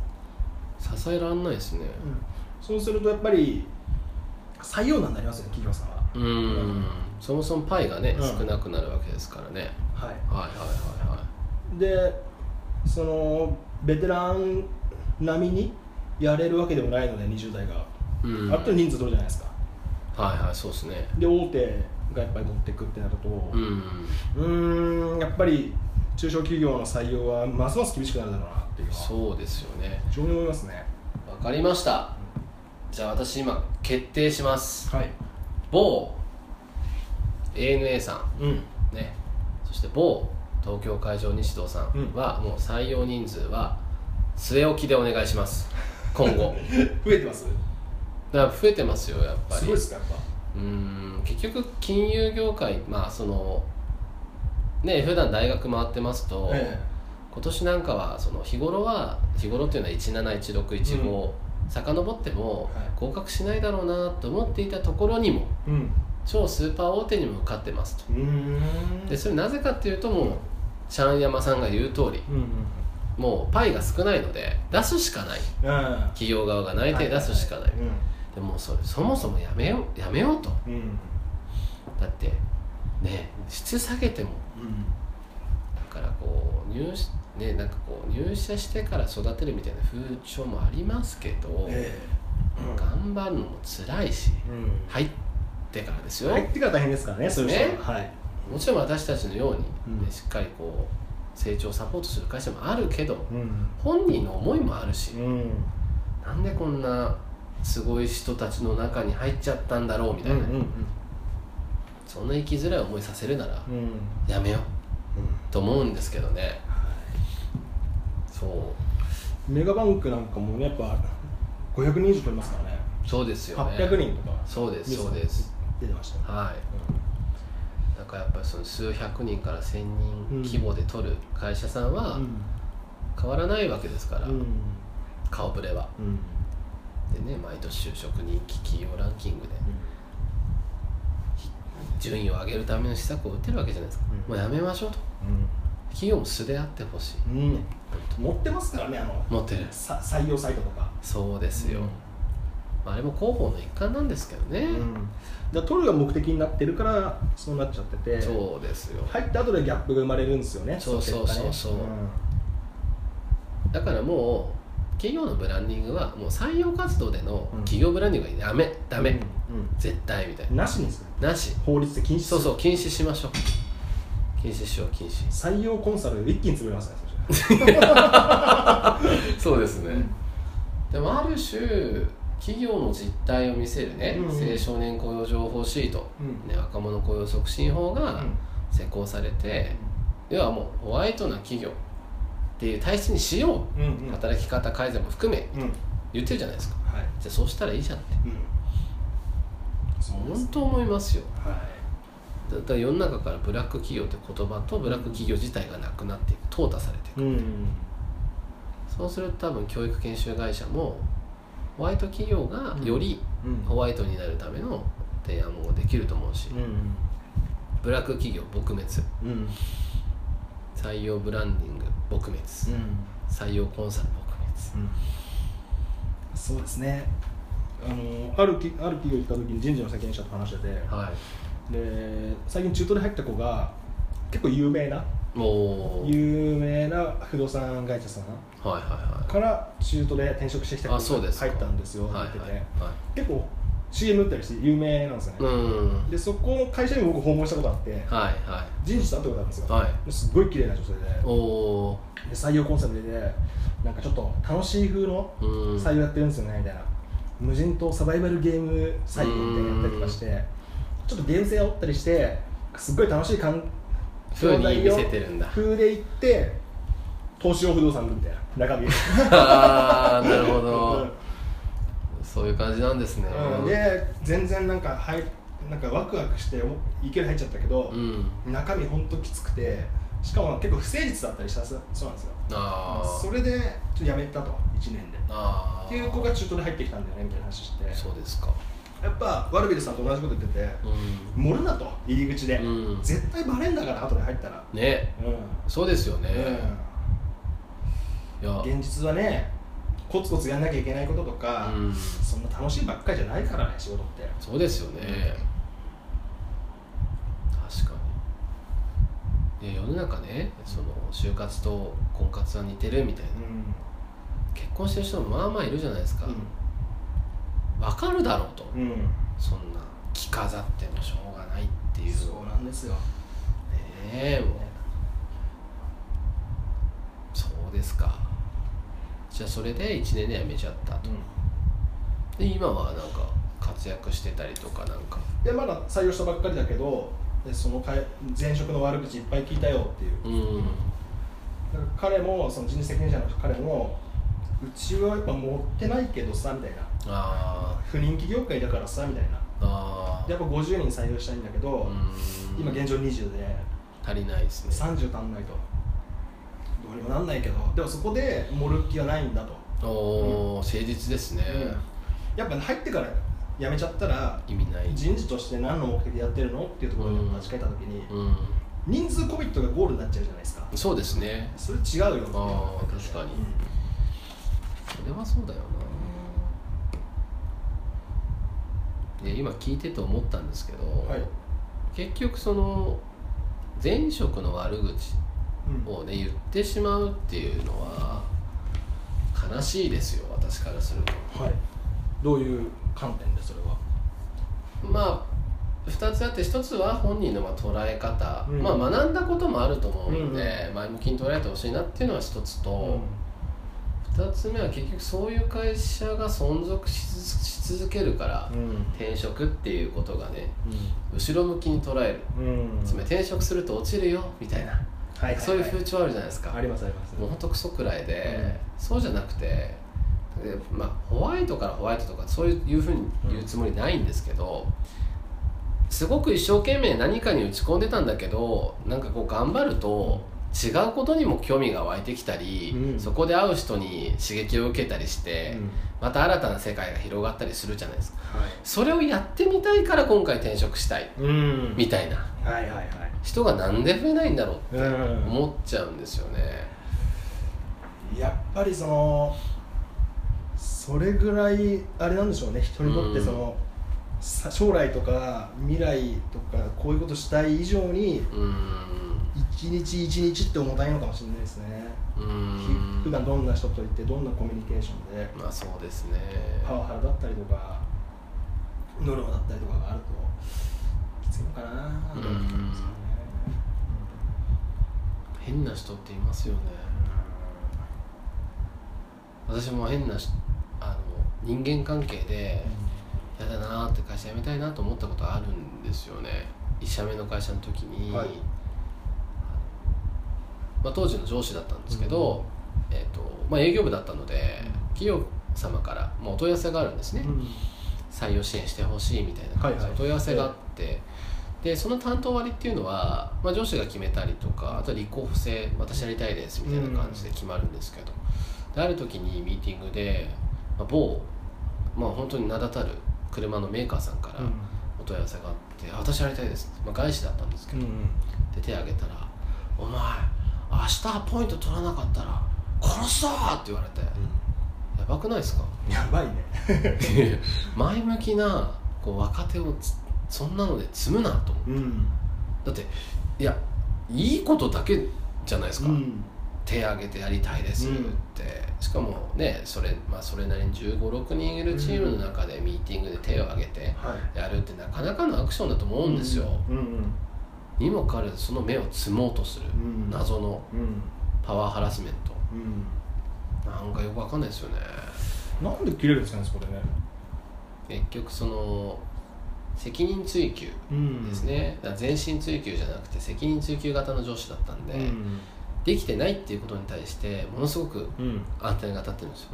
Speaker 1: 支えらんないですね
Speaker 2: うんそうするとやっぱり採用難になりますよね企業さんは
Speaker 1: うんそもそもパイがね、
Speaker 2: うん
Speaker 1: 少なくなるわけですからね
Speaker 2: は
Speaker 1: はいはいはいはい
Speaker 2: でそのベテラン並みにやれるわけでもないので20代が、
Speaker 1: いうん
Speaker 2: ある程度人数取るじゃないですか
Speaker 1: はいはいそうですね
Speaker 2: で大手がやっぱり持っていくってなると
Speaker 1: う
Speaker 2: うんーんやっぱり中小企業の採用はますます厳しくなるだろうなっていうのは
Speaker 1: そうですよね
Speaker 2: 非常に思いますね
Speaker 1: わかりましたじゃあ私今決定します
Speaker 2: はい
Speaker 1: 某 ANA さ
Speaker 2: うん
Speaker 1: んねそして某東京海上日動さんはもう採用人数は据え置きでお願いします今 後
Speaker 2: 増えてます
Speaker 1: だから増えてますよやっぱり
Speaker 2: すごいですかやっぱ
Speaker 1: うーん結局金融業界まあそのね普段大学回ってますと、
Speaker 2: え
Speaker 1: 今年なんかはその日頃は日頃っていうのは171615、遡っても
Speaker 2: はい
Speaker 1: 合格しないだろうなと思っていたところにも
Speaker 2: えうん
Speaker 1: 超スーパー大手にも受かってます
Speaker 2: うーん
Speaker 1: とでそれなぜかっていうともうシャンヤマさんが言う通り
Speaker 2: うんうん
Speaker 1: もうパイが少ないので出すしかない
Speaker 2: うん
Speaker 1: 企業側が内定出すしかない、でもそれそもそもやめようやめようと
Speaker 2: うんうん
Speaker 1: だってね質下げてもだからこう入社ねなんかこう入社してから育てるみたいな風潮もありますけど、
Speaker 2: え
Speaker 1: 頑張るのも辛いし
Speaker 2: えうん
Speaker 1: 入ってからですよ、
Speaker 2: 入ってから大変ですからねそういう人ははい
Speaker 1: もちろん私たちのように、ね
Speaker 2: うん
Speaker 1: しっかりこう成長をサポートする会社もあるけど
Speaker 2: うん
Speaker 1: 本人の思いもあるし、
Speaker 2: うん
Speaker 1: なんでこんなすごい人たちの中に入っちゃったんだろうみたいな、そんな生きづらい思いさせるなら
Speaker 2: うんうん
Speaker 1: やめようと思うんですけどねそう
Speaker 2: メガバンクなんかもねやっぱ500人以上取りますからね
Speaker 1: そうですよね
Speaker 2: 800人とか
Speaker 1: そうですそうです
Speaker 2: 出てましたよ
Speaker 1: はいなんかやっぱりその数百人から千人規模で取る会社さんは
Speaker 2: うん
Speaker 1: 変わらないわけですから、
Speaker 2: うん
Speaker 1: 顔ぶれは
Speaker 2: うん
Speaker 1: でね毎年就職人気企業ランキングで順位を上げるための施策を打ってるわけじゃないですか、
Speaker 2: う
Speaker 1: も
Speaker 2: ん
Speaker 1: うやめましょうと企業も素であってほしい
Speaker 2: うんうん持ってますからねあの
Speaker 1: 持ってる
Speaker 2: さ採用サイトとか
Speaker 1: そうですよ、まあ、あれも広報の一環なんですけどね、
Speaker 2: だから取るが目的になってるからそうなっちゃってて
Speaker 1: そうですよ
Speaker 2: 入った後でギャップが生まれるんですよね
Speaker 1: そうそうそうそう
Speaker 2: の結果ね
Speaker 1: だからもう企業のブランディングはもう採用活動での
Speaker 2: うん
Speaker 1: 企業ブランディングはダメダメ、
Speaker 2: うん
Speaker 1: 絶対みたい
Speaker 2: うんなしにする
Speaker 1: ななし
Speaker 2: 法律で禁止す
Speaker 1: そ
Speaker 2: る
Speaker 1: うそう禁止しましょう禁止しよう禁止
Speaker 2: 採用コンサルで一気に潰れましたねそしたら
Speaker 1: そうですね、でもある種企業の実態を見せるね、
Speaker 2: うんうん
Speaker 1: 青少年雇用情報シート、
Speaker 2: うん
Speaker 1: ね、若者雇用促進法が
Speaker 2: うん
Speaker 1: 施行されて、要はもうホワイトな企業っていう体質にしよう、
Speaker 2: うんうん
Speaker 1: 働き方改善も含め
Speaker 2: うん
Speaker 1: 言ってるじゃないですか
Speaker 2: はい
Speaker 1: じゃあそうしたらいいじゃんって
Speaker 2: うんそうです
Speaker 1: 本当思いますよ
Speaker 2: は
Speaker 1: だだから世の中からブラック企業って言葉とブラック企業自体がなくなっていく淘汰されていく
Speaker 2: いうん
Speaker 1: そうすると多分教育研修会社もホワイト企業がより
Speaker 2: うん
Speaker 1: ホワイトになるための提案もできると思うし、
Speaker 2: うん
Speaker 1: ブラック企業撲滅
Speaker 2: うん
Speaker 1: 採用ブランディング撲滅、
Speaker 2: うん
Speaker 1: 採用コンサル撲
Speaker 2: そうですねあのあるきある企業行った時に人事の責任者と話してて
Speaker 1: 滅は
Speaker 2: で最近中途で入った子が結構有名ない
Speaker 1: もう
Speaker 2: 有名な不動産会社さん
Speaker 1: はいはい
Speaker 2: から中途で転職してきた
Speaker 1: あそう
Speaker 2: 子
Speaker 1: で
Speaker 2: が
Speaker 1: すか
Speaker 2: 入ったんですよって
Speaker 1: はいは
Speaker 2: 言
Speaker 1: い
Speaker 2: ってて、
Speaker 1: はいは
Speaker 2: 結構 CM 打ったりして有名なんですよ
Speaker 1: い
Speaker 2: ね、
Speaker 1: うん
Speaker 2: でそこの会社にも僕訪問したことあって
Speaker 1: はいは
Speaker 2: 人事と会ったことあるんですよ、
Speaker 1: いはい
Speaker 2: ですっごい綺麗な女性
Speaker 1: おお
Speaker 2: でで採用コンサルでなんかちょっと楽しい風の
Speaker 1: ーうん
Speaker 2: 採用やってるんですよねみたいな無人島サバイバルゲーム採用みたいなのやったりとかしてちょっとゲーム性を煽ったりしてすっごい楽しい環
Speaker 1: 風に見せてるんだ
Speaker 2: 風で行って投資用不動産みたいな中身
Speaker 1: ああなるほ
Speaker 2: う
Speaker 1: ど
Speaker 2: ん
Speaker 1: そういう感じなんですね
Speaker 2: うんで全然なんかはいなんかワクワクしておいける入っちゃったけど
Speaker 1: う、ん
Speaker 2: 中身ほんときつくてしかも結構不誠実だったりしたそうなんですよ
Speaker 1: ああ
Speaker 2: それでちょっと辞めたと1年で
Speaker 1: ああ
Speaker 2: っていう子が中途で入ってきたんだよねみたいな話して
Speaker 1: そうですか
Speaker 2: やっぱワルビルさんと同じこと言ってて
Speaker 1: う
Speaker 2: 盛るなと入り口で、
Speaker 1: うん
Speaker 2: 絶対バレんだから後で入ったら
Speaker 1: んね
Speaker 2: うん、
Speaker 1: そうですよね、いや
Speaker 2: うん現実はねコツコツやんなきゃいけないこととか、
Speaker 1: うん
Speaker 2: そんな楽しいばっかりじゃないからね仕事って
Speaker 1: そうですよね確かにで世の中ねその就活と婚活は似てるみたいな
Speaker 2: うん
Speaker 1: 結婚してる人もまあまあいるじゃないですか、わかるだろうと、
Speaker 2: うん、
Speaker 1: そんな着飾ってもしょうがないっていう
Speaker 2: そうなんですよ
Speaker 1: ねえもうそうですかじゃあそれで1年で辞めちゃったと
Speaker 2: う
Speaker 1: で今はなんか活躍してたりとかなんか
Speaker 2: ん、でまだ採用したばっかりだけどでそのかえ前職の悪口いっぱい聞いたよっていう
Speaker 1: うん
Speaker 2: だから彼もその人事責任者の彼もうちはやっぱ持ってないけどさみたいな
Speaker 1: あ
Speaker 2: 不人気業界だからさみたいな
Speaker 1: ーあ
Speaker 2: でや
Speaker 1: ー
Speaker 2: っぱ50人採用したいんだけど、
Speaker 1: うん
Speaker 2: 今現状20で
Speaker 1: 足りないですね
Speaker 2: 30足んないとどうにもなんないけどでもそこで盛る気がないんだと、
Speaker 1: おお誠実ですね、
Speaker 2: やっぱ入ってから辞めちゃったら
Speaker 1: 意味ない
Speaker 2: 人事として何の目的でやってるのっていうところに立ち返った時に、
Speaker 1: うん
Speaker 2: 人数コミットがゴールになっちゃうじゃないですか
Speaker 1: そうですね
Speaker 2: それ違うよ
Speaker 1: あー確かにそれはそうだよなで今聞いてて思ったんですけど、
Speaker 2: はい、
Speaker 1: 結局その前職の悪口
Speaker 2: うん
Speaker 1: をね言ってしまうっていうのは悲しいですよ私からすると
Speaker 2: はい、どういう観点でそれは
Speaker 1: まあ2つあって1つは本人のまあ捉え方、
Speaker 2: うん
Speaker 1: まあ学んだこともあると思うので、
Speaker 2: う
Speaker 1: 前向きに捉えてほしいなっていうのは1つと、二2つ目は結局そういう会社が存続し続し続けるから、
Speaker 2: うん
Speaker 1: 転職っていうことがね後ろ向きに捉える
Speaker 2: うんうん
Speaker 1: つまり転職すると落ちるよみたいな、
Speaker 2: はいはいはい
Speaker 1: そういう風潮あるじゃないですか、
Speaker 2: ありますあります
Speaker 1: もうほんとクソくらいで、そうじゃなくてで、まあ、ホワイトからホワイトとかそういうふうに言うつもりないんですけど、すごく一生懸命何かに打ち込んでたんだけどなんかこう頑張ると違うことにも興味が湧いてきたり、
Speaker 2: うん
Speaker 1: そこで会う人に刺激を受けたりして、
Speaker 2: うん
Speaker 1: また新たな世界が広がったりするじゃないですか
Speaker 2: はい
Speaker 1: それをやってみたいから今回転職したい
Speaker 2: うん
Speaker 1: みたいな
Speaker 2: はいはいはい
Speaker 1: 人がなんで増えないんだろうって
Speaker 2: うん
Speaker 1: 思っちゃうんですよね、
Speaker 2: やっぱりそのそれぐらいあれなんでしょうね人にとってその、さ将来とか未来とかこういうことしたい以上に
Speaker 1: うーん
Speaker 2: 一日一日って重たいのかもしれないですね、
Speaker 1: うー
Speaker 2: ひ
Speaker 1: ん
Speaker 2: 普段どんな人と行ってどんなコミュニケーションで
Speaker 1: まあそうですね
Speaker 2: パワハラだったりとかノルマだったりとかがあるときついのかなと思いますよね
Speaker 1: 変な人っていますよね私も変なしあの人間関係で嫌だなーって会社辞めたいなと思ったことあるんですよね一社目の会社の時に、
Speaker 2: はい
Speaker 1: まあ、当時の上司だったんですけど、えっとまあ、営業部だったので企業様からもうお問い合わせがあるんですね、
Speaker 2: うんうん
Speaker 1: 採用支援してほしいみたいな感じの
Speaker 2: はいはい
Speaker 1: 問い合わせがあって、でその担当割っていうのは、まあ、上司が決めたりとかあとは立候補制私やりたいですみたいな感じで決まるんですけど、である時にミーティングで、まあ、某、まあ、本当に名だたる車のメーカーさんからお問い合わせがあって「あ私やりたいです」まあ、外資だったんですけど、
Speaker 2: うん
Speaker 1: で手挙げたら「お前明日アポイント取らなかったら殺すぞ!」って言われて、やばくないですか
Speaker 2: やばいね
Speaker 1: っていう 前向きなこう若手をつそんなので積むなと思う
Speaker 2: うん
Speaker 1: だっていやいいことだけじゃないですか、
Speaker 2: うん
Speaker 1: 手挙げてやりたいですって、しかもねそれ,、まあ、それなりに1 5 6人いるチームの中でミーティングで手を挙げて
Speaker 2: はい
Speaker 1: やるってなかなかのアクションだと思うんですよ、
Speaker 2: うんうん
Speaker 1: にもかかわらずその目を積もうとする、
Speaker 2: うん
Speaker 1: 謎の
Speaker 2: うん
Speaker 1: パワーハラスメント
Speaker 2: うん
Speaker 1: なんかよくわかんないですよね
Speaker 2: なんで切れるんですかねそこでね
Speaker 1: 結局その責任追及
Speaker 2: うん
Speaker 1: ですね、だから全身追及じゃなくて責任追及型の上司だったんで、
Speaker 2: うん
Speaker 1: できてないっていうことに対してものすごく
Speaker 2: うん
Speaker 1: 安定が立ってるんですよ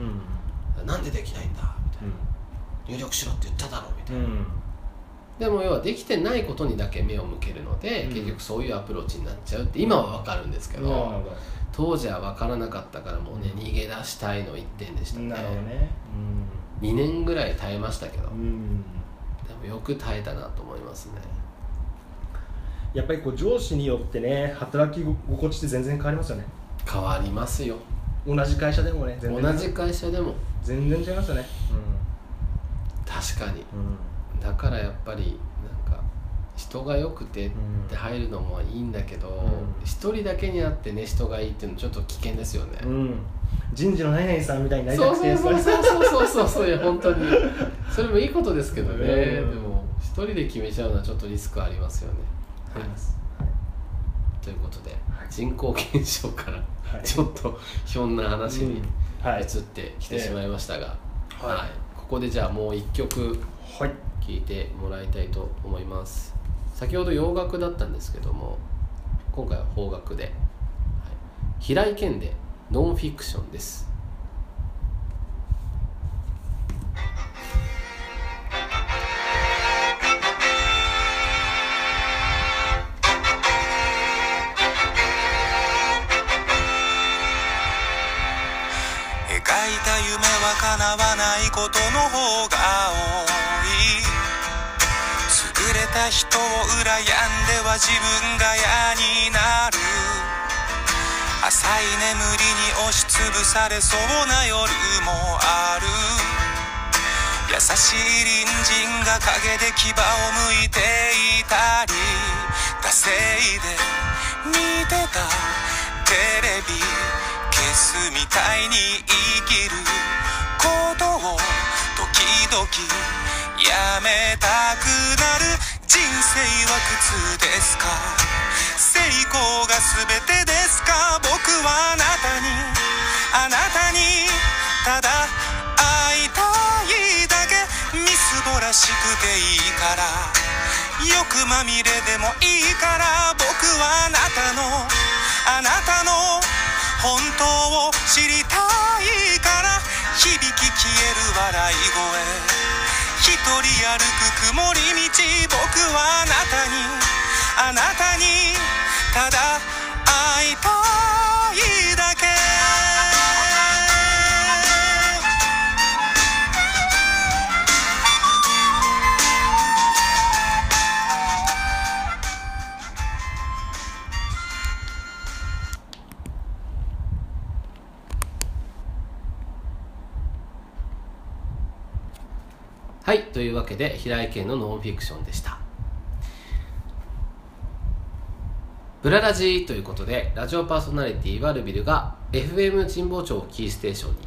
Speaker 2: うん
Speaker 1: なんでできないんだみたいな入力しろって言っただろみたいな、
Speaker 2: ん
Speaker 1: でも要はできてないことにだけ目を向けるので、
Speaker 2: うん
Speaker 1: 結局そういうアプローチになっちゃうって今は分かるんですけど、当時は分からなかったからもうね逃げ出したいの一点でしたね
Speaker 2: なるほどね
Speaker 1: 2年ぐらい耐えましたけど、
Speaker 2: うんうん
Speaker 1: でもよく耐えたなと思いますね
Speaker 2: やっぱりこう上司によってね働き心地って全然変わりますよね
Speaker 1: 変わりますよ
Speaker 2: 同じ会社でもね全然
Speaker 1: 同じ会社でも
Speaker 2: 全然違いましたね
Speaker 1: 確かに
Speaker 2: うん、うん、
Speaker 1: だからやっぱりなんか人が良くてって入るのもいいんだけど
Speaker 2: うん
Speaker 1: 一、人だけにあってね人がいいっていうのちょっと危険ですよね、
Speaker 2: うん、人事の何々さんみたいになりた
Speaker 1: そう
Speaker 2: く
Speaker 1: そうそう
Speaker 2: てそれ
Speaker 1: そうそうそうそうそういや本当 にそれもいいことですけどね、
Speaker 2: うん
Speaker 1: でも一人で決めちゃうのはちょっとリスクありますよね、
Speaker 2: あります
Speaker 1: ということで、人口減少から、
Speaker 2: はい
Speaker 1: ちょっとひょんな話に移
Speaker 2: うんはい
Speaker 1: ってきてしまいましたが、
Speaker 2: ええはい
Speaker 1: ここでじゃあもう1曲
Speaker 2: はい
Speaker 1: 聴いてもらいたいと思います先ほど洋楽だったんですけども今回は邦楽で、はい平井堅で「ノンフィクション」です
Speaker 4: 描いた夢は叶わないことの方が多い優れた人を羨んでは自分が嫌になる浅い眠りに押しつぶされそうな夜もある優しい隣人が陰で牙をむいていたり惰性で見てたテレビ消すみたいに生きることを時々やめたくなる人生は苦痛ですか成功が全てですか僕はあなたにあなたにただ会いたいだけみすぼらしくていいから欲まみれでもいいから僕はあなたのあなたの本当を知りたいから響き消える笑い声一人歩く曇り道僕はあなたにあなたにただ会いたいだけ
Speaker 1: はいというわけで平井堅のノンフィクションでしたブララジーということでラジオパーソナリティワルビルが FM 神保町をキーステーションに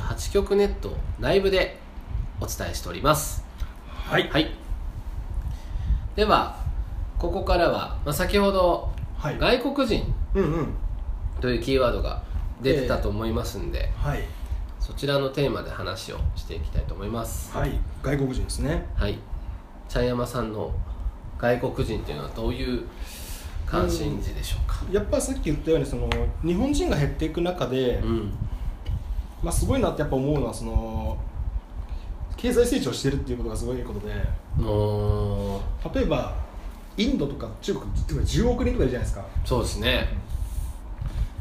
Speaker 1: 38局ネットをライブでお伝えしております
Speaker 2: はい
Speaker 1: はいではここからは、まあ、先ほど
Speaker 2: はい
Speaker 1: 外国人
Speaker 2: うんうん
Speaker 1: というキーワードが出てたと思いますんで、
Speaker 2: はい
Speaker 1: そちらのテーマで話をしていきたいと思います
Speaker 2: はい外国人ですね
Speaker 1: はい茶山さんの外国人というのはどういう関心事でしょうか
Speaker 2: やっぱさっき言ったようにその日本人が減っていく中で、
Speaker 1: うん
Speaker 2: まあ、すごいなってやっぱ思うのはその経済成長してるっていうことがすごいことで
Speaker 1: おー
Speaker 2: 例えばインドとか中国とか10億人とかいるじゃないですか
Speaker 1: そうですね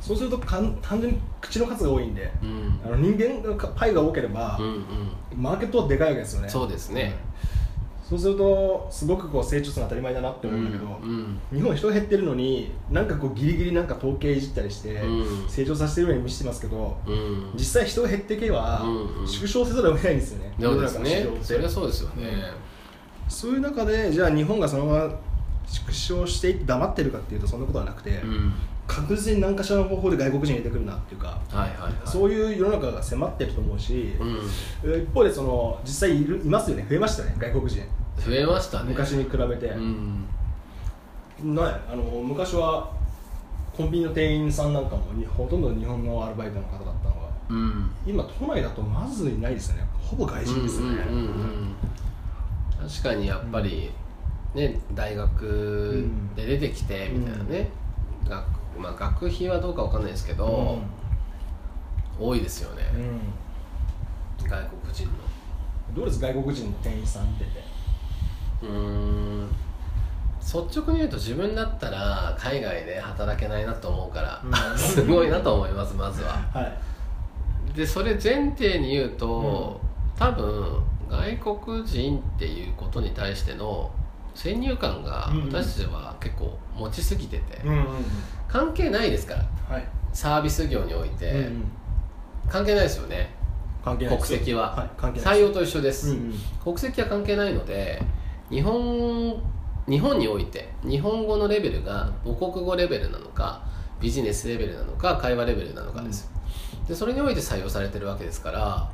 Speaker 2: そうするとかん単純に口の数が多いんで
Speaker 1: うん
Speaker 2: あの人間がパイが多ければ、
Speaker 1: うんうん
Speaker 2: マーケットはでかいわけですよね
Speaker 1: そうですね
Speaker 2: そうするとすごくこう成長するのは当たり前だなって思うんだけど、
Speaker 1: うん
Speaker 2: 日本人が減ってるのになんかこうギリギリなんか統計いじったりして、
Speaker 1: うん
Speaker 2: 成長させてるように見せてますけど、
Speaker 1: うん
Speaker 2: 実際人が減っていけば、
Speaker 1: うんうん
Speaker 2: 縮小せざるを得ないんですよね
Speaker 1: そうですね
Speaker 2: 世の中の市場って
Speaker 1: それはそうですよね
Speaker 2: そういう中でじゃあ日本がそのまま縮小していって黙ってるかっていうとそんなことはなくて、
Speaker 1: うん
Speaker 2: 確実に何かしらの方法で外国人入れてくるなっていうか、
Speaker 1: はいはいはい
Speaker 2: そういう世の中が迫ってると思うし、
Speaker 1: うん
Speaker 2: 一方でその実際いるいますよね増えましたね外国人
Speaker 1: 増えましたね
Speaker 2: 昔に比べて、
Speaker 1: うん
Speaker 2: ねあの昔はコンビニの店員さんなんかもにほとんど日本のアルバイトの方だったのが
Speaker 1: うん
Speaker 2: 今都内だとまずいないですよねほぼ外人ですよ
Speaker 1: うんう
Speaker 2: ね、
Speaker 1: んうんうん確かにやっぱり、ね、大学で出てきてみたいなね、学まあ、学費はどうかわかんないですけど、多いですよね、
Speaker 2: うんうん
Speaker 1: 外国人の
Speaker 2: どうです外国人の店員さん見てて
Speaker 1: うーん率直に言うと自分だったら海外で働けないなと思うから、
Speaker 2: うん
Speaker 1: すごいなと思いますまずは
Speaker 2: はい
Speaker 1: でそれ前提に言うと、多分外国人っていうことに対しての先入観が
Speaker 2: うんうん
Speaker 1: 私たちは結構持ちすぎてて、
Speaker 2: んうん
Speaker 1: 関係ないですから
Speaker 2: はい
Speaker 1: サービス業において、
Speaker 2: うんうん
Speaker 1: 関係ないですよね
Speaker 2: 関係ない
Speaker 1: 国
Speaker 2: です
Speaker 1: 籍は、
Speaker 2: はい、関係な
Speaker 1: 採
Speaker 2: いです
Speaker 1: 用と一緒です、
Speaker 2: うんうん
Speaker 1: 国籍は関係ないので日本日本において日本語のレベルが母国語レベルなのかビジネスレベルなのか会話レベルなのかです、でそれにおいて採用されてるわけですから、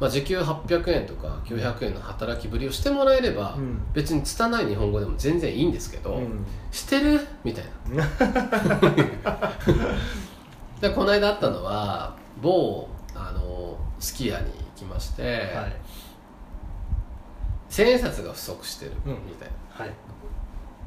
Speaker 1: まあ、時給800円とか900円の働きぶりをしてもらえれば、
Speaker 2: うん
Speaker 1: 別に拙い日本語でも全然いいんですけど、
Speaker 2: うん
Speaker 1: してるみたいな でこの間あったのは某あのスキヤに行きまして、
Speaker 2: はい
Speaker 1: 千円札が不足してるみたいな、
Speaker 2: はい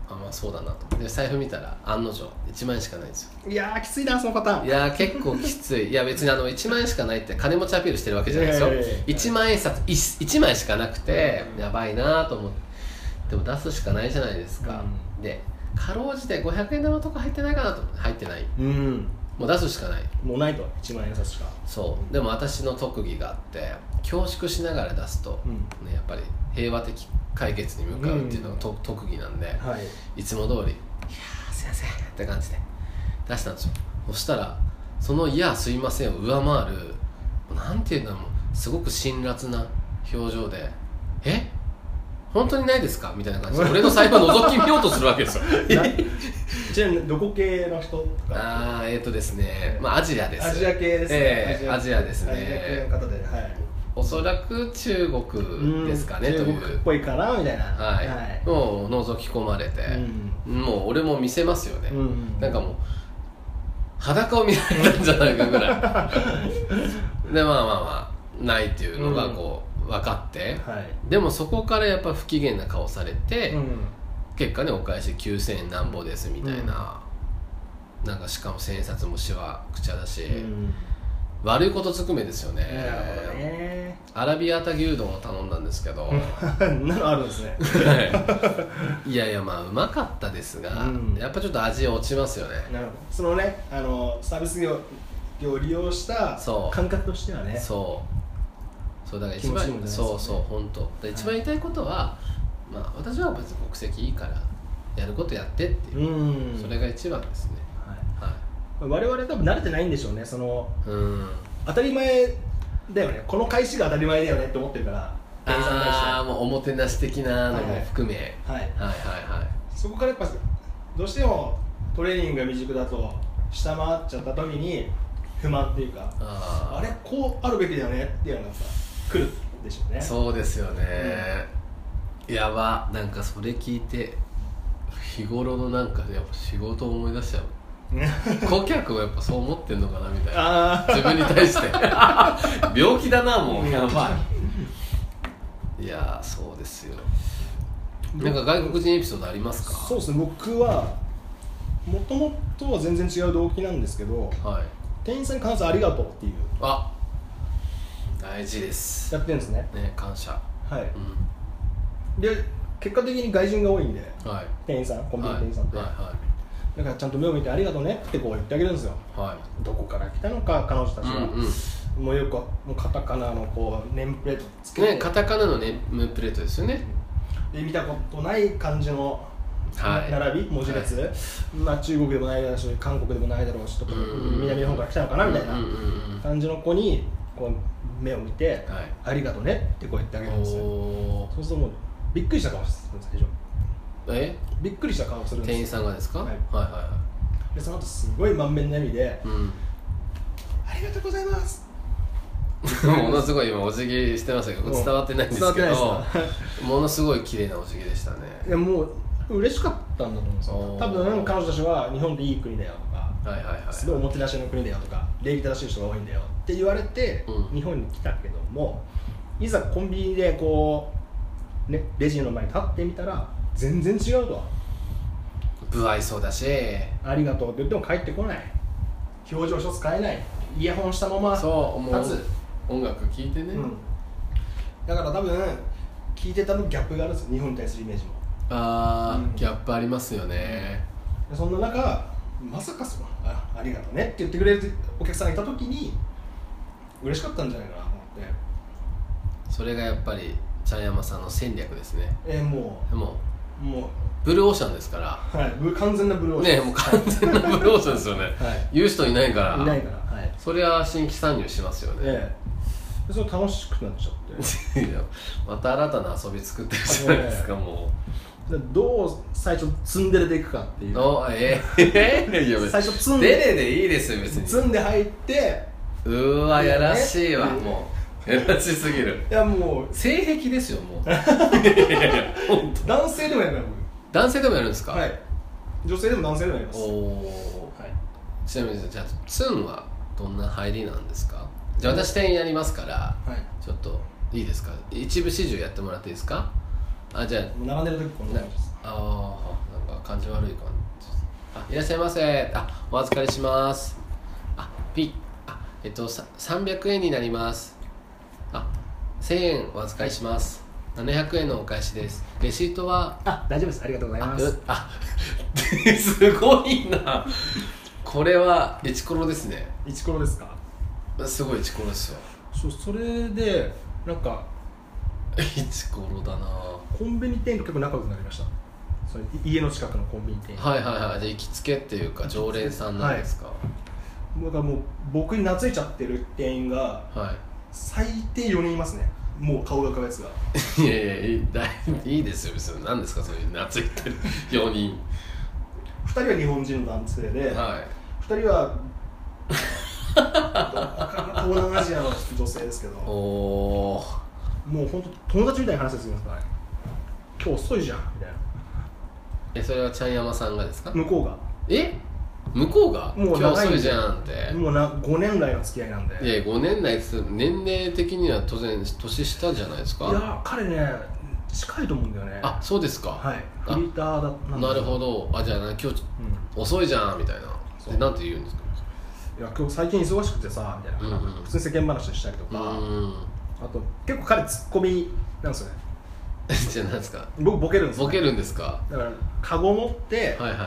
Speaker 1: あまあそうだなとで財布見たら案の定1万円しかないんですよ
Speaker 2: いやーきついなそのパターン
Speaker 1: いやー結構きついいや別にあの1万円しかないって金持ちアピールしてるわけじゃないですよ
Speaker 2: いやいやいや
Speaker 1: 1万円札 1, 枚しかなくてやばいなと思ってでも出すしかないじゃないですか、でかろうじて500円玉とか入ってないかなと思って入ってない
Speaker 2: うん
Speaker 1: もう出すしかない
Speaker 2: もうないと1万円札しか
Speaker 1: そうでも私の特技があって恐縮しながら出すと、
Speaker 2: う
Speaker 1: ね、やっぱり平和的解決に向かうっていうのがと、特技なんで、
Speaker 2: はい
Speaker 1: いつも通り「いやーすいません」って感じで出したんですよそしたらその「いやーすいません」を上回るなんていうんだろうすごく辛辣な表情で「え本当にないですか?」みたいな感じで俺の財布を覗き見ようとするわけ ですよ
Speaker 2: ちなみにどこ系の人とか
Speaker 1: あーえっ、ー、とですねまあアジアです
Speaker 2: アジア系ですね
Speaker 1: ええアジアですね
Speaker 2: アジア系の方ではい
Speaker 1: おそらく中
Speaker 2: うん
Speaker 1: 国ですかねと
Speaker 2: 中
Speaker 1: い
Speaker 2: 国っ
Speaker 1: う
Speaker 2: ぽいかなみたいな
Speaker 1: はい、
Speaker 2: はい
Speaker 1: もう覗き込まれて、もう俺も見せますよね、
Speaker 2: うん
Speaker 1: なんかもう裸を見られたんじゃないかぐらい でまあまあまあないっていうのがこう分かって、
Speaker 2: はい
Speaker 1: でもそこからやっぱ不機嫌な顔されて、
Speaker 2: うん
Speaker 1: 結果ねお返し9000円なんぼですみたいな、なんかしかも千円札もしわくちゃだし、
Speaker 2: うん
Speaker 1: 悪いことずくめですよね
Speaker 2: なるほどね
Speaker 1: アラビアータ牛丼を頼んだんですけど
Speaker 2: なのあるんですね
Speaker 1: はいいやいやまあうまかったですが、
Speaker 2: うん
Speaker 1: やっぱちょっと味落ちますよね
Speaker 2: なるほどそのねあのサービス業を利用した
Speaker 1: そう
Speaker 2: 感覚としてはね
Speaker 1: そうそうだから一番
Speaker 2: 気持ちいいもんじゃないですかね
Speaker 1: そうそう本当で
Speaker 2: い
Speaker 1: 一番言いたいことは、まあ私は別に国籍いいからやることやってっていう、
Speaker 2: ん
Speaker 1: それが一番ですね
Speaker 2: はい
Speaker 1: は
Speaker 2: 我々多分慣れてないんでしょうねその
Speaker 1: いうん
Speaker 2: 当たり前だよねこの返しが当たり前だよねって思ってるから店員さんに対して
Speaker 1: ああもうおもてなし的なのも含め、はい
Speaker 2: はい
Speaker 1: はい、はい
Speaker 2: そこからやっぱどうしてもトレーニングが未熟だと下回っちゃった時に不満っていうか
Speaker 1: あー
Speaker 2: あれこうあるべきだよねっていうのがさ来るでしょうね
Speaker 1: そうですよね、やばなんかそれ聞いて日頃のなんかやっぱ仕事を思い出しちゃう 顧客はやっぱそう思ってんのかなみたいな
Speaker 2: あ
Speaker 1: 自分に対 して病気だなもう
Speaker 2: やば
Speaker 1: いいやーそうですよなんか外国人エピソードあります
Speaker 2: あ
Speaker 1: か
Speaker 2: そうですね僕はもともとは全然違う動機なんですけど
Speaker 1: はい
Speaker 2: 店員さんに関してありがとうっていう
Speaker 1: あ大事です
Speaker 2: やってるんですね
Speaker 1: ね感謝
Speaker 2: は
Speaker 1: う
Speaker 2: い
Speaker 1: ん
Speaker 2: で結果的に外人が多いんで
Speaker 1: はい
Speaker 2: 店員さんコンビニ店員さんって、
Speaker 1: はい
Speaker 2: だからちゃんと目を見てありがとうねってこう言ってあげるんですよ
Speaker 1: はい、はい
Speaker 2: どこから来たのか彼女たちは、
Speaker 1: うんうん
Speaker 2: もうよくもうカタカナのこうネームプレートつけて、
Speaker 1: ね、カタカナのネームプレートですよね
Speaker 2: で見たことない感じの、
Speaker 1: はい
Speaker 2: な並び文字列、まあ、中国でもないだろうし韓国でもないだろうしとか、
Speaker 1: うん
Speaker 2: 南の方から来たのかなみたいな
Speaker 1: うんうんうん
Speaker 2: 感じの子にこう目を見て、
Speaker 1: はい
Speaker 2: ありがとうねってこう言ってあげるんですよ
Speaker 1: おー
Speaker 2: そうするともうびっくりした顔するんです最初
Speaker 1: え
Speaker 2: びっくりした顔するんで
Speaker 1: 店員
Speaker 2: す
Speaker 1: さんがですか、
Speaker 2: はい
Speaker 1: はいは
Speaker 2: でその後すごい満面の笑みで
Speaker 1: いうん
Speaker 2: 「ありがとうございます」
Speaker 1: ものすごい今お辞儀してましたけど伝わってないんですけ
Speaker 2: 伝
Speaker 1: ど
Speaker 2: わってないで
Speaker 1: ものすごい綺麗なお辞儀でしたね
Speaker 2: いやもう嬉しかったんだと思うんですよ
Speaker 1: おー
Speaker 2: 多分彼女たちは日本でいい国だよとか
Speaker 1: はいはいはい
Speaker 2: すごいおもてなしの国だよとか礼儀正しい人が多いんだよって言われて
Speaker 1: うん
Speaker 2: 日本に来たけどもいざコンビニでこう、ね、レジの前に立ってみたら全然違うと
Speaker 1: 不愛想だし
Speaker 2: ありがとうって言っても帰ってこない表情一つ変えないイヤホンしたまま
Speaker 1: そうもう
Speaker 2: 立つ
Speaker 1: 音楽聴いてね、
Speaker 2: うんだから多分聞いてたのギャップがあるんですよ日本に対するイメージも
Speaker 1: あー、
Speaker 2: うん
Speaker 1: ギャップありますよね、
Speaker 2: でそんな中まさかそのあありがとうねって言ってくれるお客さんがいた時に嬉しかったんじゃないかなと思って、
Speaker 1: それがやっぱり茶山さんの戦略ですね
Speaker 2: えーも
Speaker 1: でも
Speaker 2: うもう
Speaker 1: ブルーオーシャンですから
Speaker 2: はいぶ完全なブルーオーシャン
Speaker 1: ねもう完全なブルーオーシャンですよね、
Speaker 2: はい
Speaker 1: 言う人いないか
Speaker 2: は
Speaker 1: ら
Speaker 2: いいないからはい
Speaker 1: そりゃ新規参入しますよね、
Speaker 2: ええでそれ楽しくなっちゃって
Speaker 1: いやまた新たな遊び作ってるじゃないですか、も
Speaker 2: でどう最初ツンデレでいくかっていうう
Speaker 1: のえ えいや別に
Speaker 2: 最初ツン
Speaker 1: デ
Speaker 2: デ
Speaker 1: レでいいですよ別
Speaker 2: レ
Speaker 1: に
Speaker 2: ツンで入って
Speaker 1: うーわやらしいわ、
Speaker 2: ね
Speaker 1: もう やらしすぎる
Speaker 2: いやもう
Speaker 1: 性癖ですよ もういやいや本当
Speaker 2: 男性でもやる
Speaker 1: 男性でもやるんですか
Speaker 2: はい女性でも男性でもやります
Speaker 1: おお
Speaker 2: はい
Speaker 1: ちなみにじゃあツンはどんな入りなんですかじゃあ私店員やりますから
Speaker 2: はい
Speaker 1: ちょっといいですか一部始終やってもらっていいですかあじゃあ
Speaker 2: もう並んでる時こんな感じです
Speaker 1: ああなんか感じ悪い感じあいらっしゃいませあお預かりしますあピあえっとさ300円になりますあ1000円お預かりします700円のお返しですレシートは
Speaker 2: あ大丈夫ですありがとうござい
Speaker 1: あうあ すごいなこれはイチコロですね
Speaker 2: イチコロですか
Speaker 1: すごいイチコロですよ
Speaker 2: そうそれでなんか
Speaker 1: イチコロだな
Speaker 2: コンビニ店員と結構仲良くなりましたそれ家の近くのコンビニ店員
Speaker 1: はいはいはいじゃあ行きつけっていうか常連さんなんですか
Speaker 2: だからもう僕に懐いちゃってる店員が
Speaker 1: はい
Speaker 2: 最低4人いますねもう顔が浮かぶやつが
Speaker 1: いやいやいいだいいいですよ別に何ですかそういう懐いてる4人
Speaker 2: 2人は日本人の男性で、
Speaker 1: は
Speaker 2: 2人はどこかな東南アジアの女性ですけど
Speaker 1: いお
Speaker 2: も
Speaker 1: お
Speaker 2: う本当友達みたいな話ですよね今日遅いじゃんみたいな
Speaker 1: えそれはちゃんやまさんがですか
Speaker 2: 向こう
Speaker 1: え向こうが
Speaker 2: もう
Speaker 1: 今
Speaker 2: 長
Speaker 1: 日
Speaker 2: いん
Speaker 1: 遅
Speaker 2: で
Speaker 1: いじゃんって
Speaker 2: がもうな5年来の付き合いなんで
Speaker 1: いや5年内つ年齢的には当然年下じゃないです
Speaker 2: い
Speaker 1: か
Speaker 2: や彼ね近いと思うんだよね
Speaker 1: あそうですか
Speaker 2: はい
Speaker 1: あ
Speaker 2: フリーターだったんです
Speaker 1: なるほどあじゃあ今日
Speaker 2: うん
Speaker 1: 遅いじゃんみたいな
Speaker 2: そう
Speaker 1: でなんて言うんですか
Speaker 2: いや今日最近忙しくてさみたいな、
Speaker 1: うんうん
Speaker 2: 普通に世間話したりと
Speaker 1: う
Speaker 2: か、
Speaker 1: ーん
Speaker 2: あと結構彼ツッコミなんですよね
Speaker 1: じゃあ何ですか
Speaker 2: 僕ボケるんですよ
Speaker 1: ボケるんですか
Speaker 2: だからカゴ持って、
Speaker 1: はいはい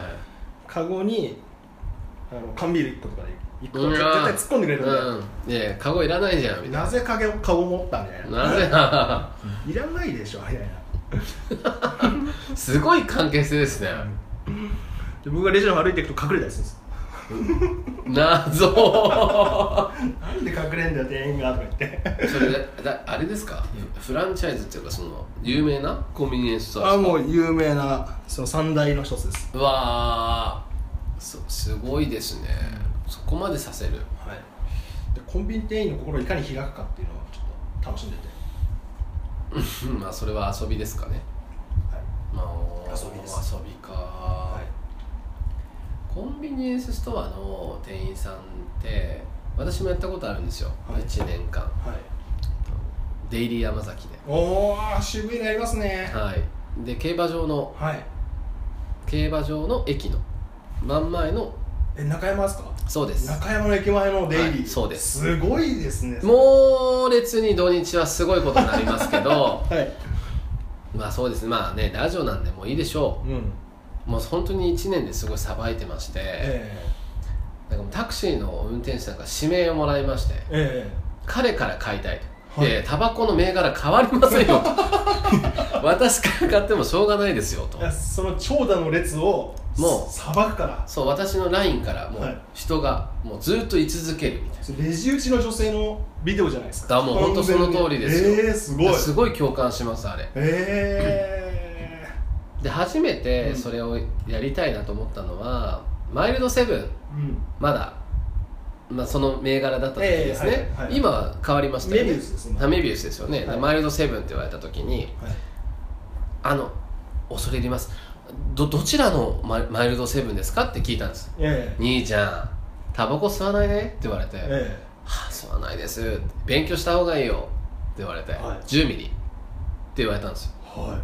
Speaker 2: カゴにあの缶ビール1個とかで1個
Speaker 1: うわ
Speaker 2: 絶対突っ込んでくれるんで、
Speaker 1: うんいやいやカゴいらないじゃんみたい
Speaker 2: なぜカゴカゴ持ったみたいな
Speaker 1: ななぜな
Speaker 2: いらないでしょみたいな
Speaker 1: すごい関係性ですね
Speaker 2: で僕がレジの方歩いていくと隠れたりするんです
Speaker 1: 謎
Speaker 2: よなんで隠れんだよ店員がとか言って
Speaker 1: それだあれですかフランチャイズっていうかその有名なコンビニエンスストア
Speaker 2: あ
Speaker 1: ですか
Speaker 2: もう有名なその三大の一つです
Speaker 1: うわーそすごいですねそこまでさせる
Speaker 2: はいでコンビニ店員の心をいかに開くかっていうのをちょっと楽しんでて、
Speaker 1: うんまあそれは遊びですかね
Speaker 2: はい
Speaker 1: まあ
Speaker 2: 遊びです
Speaker 1: 遊びか、
Speaker 2: はい、
Speaker 1: コンビニエンスストアの店員さんって私もやったことあるんですよ、
Speaker 2: はい
Speaker 1: 1年間
Speaker 2: はい、
Speaker 1: デイリー山崎で
Speaker 2: おー渋いのやりますね
Speaker 1: はいで競馬場の
Speaker 2: はい
Speaker 1: 競馬場の駅の真ん前の
Speaker 2: え中山ですか
Speaker 1: そうです
Speaker 2: 中山の駅前のデイリー、
Speaker 1: はいそうです
Speaker 2: すごいですね
Speaker 1: 猛烈に土日はすごいことになりますけ ど
Speaker 2: はい
Speaker 1: まあそうですねまあねラジオなんでもういいでしょ
Speaker 2: うん
Speaker 1: うもう本当に1年ですごいさばいてまして、
Speaker 2: え
Speaker 1: なんかもうタクシーの運転手さんから指名をもらいまして
Speaker 2: ええ
Speaker 1: 彼から買いたいと、
Speaker 2: はい
Speaker 1: でタバコの銘柄変わりませんよと 私から買ってもしょうがないですよと
Speaker 2: えいやその長蛇の列を
Speaker 1: もう
Speaker 2: さばくから
Speaker 1: そう私のラインからも
Speaker 2: は
Speaker 1: う
Speaker 2: い
Speaker 1: 人がもうずっと居続けるみたいな
Speaker 2: それレジ打ちの女性のビデオじゃないですか
Speaker 1: だもう本当その通りですよ
Speaker 2: ええすごい
Speaker 1: すごい共感しますあれ
Speaker 2: え
Speaker 1: で初めて
Speaker 2: うん
Speaker 1: それをやりたいなと思ったのは、マイルドセブン
Speaker 2: えうん
Speaker 1: まだ、まあ、その銘柄だった時ですね、
Speaker 2: ええはいはい
Speaker 1: 今は変わりましたよね
Speaker 2: メビウスですね
Speaker 1: あメビウスですよね、だからマイルドセブンって言われた時に
Speaker 2: はい
Speaker 1: あの恐れ入りますどどちらのマイマイルドセブンですかって聞いたんです
Speaker 2: ええ
Speaker 1: 兄ちゃんタバコ吸わないねって言われて、
Speaker 2: え
Speaker 1: はあ、吸わないです勉強した方がいいよって言われて、
Speaker 2: はい
Speaker 1: 10ミリって言われたんですよ
Speaker 2: えは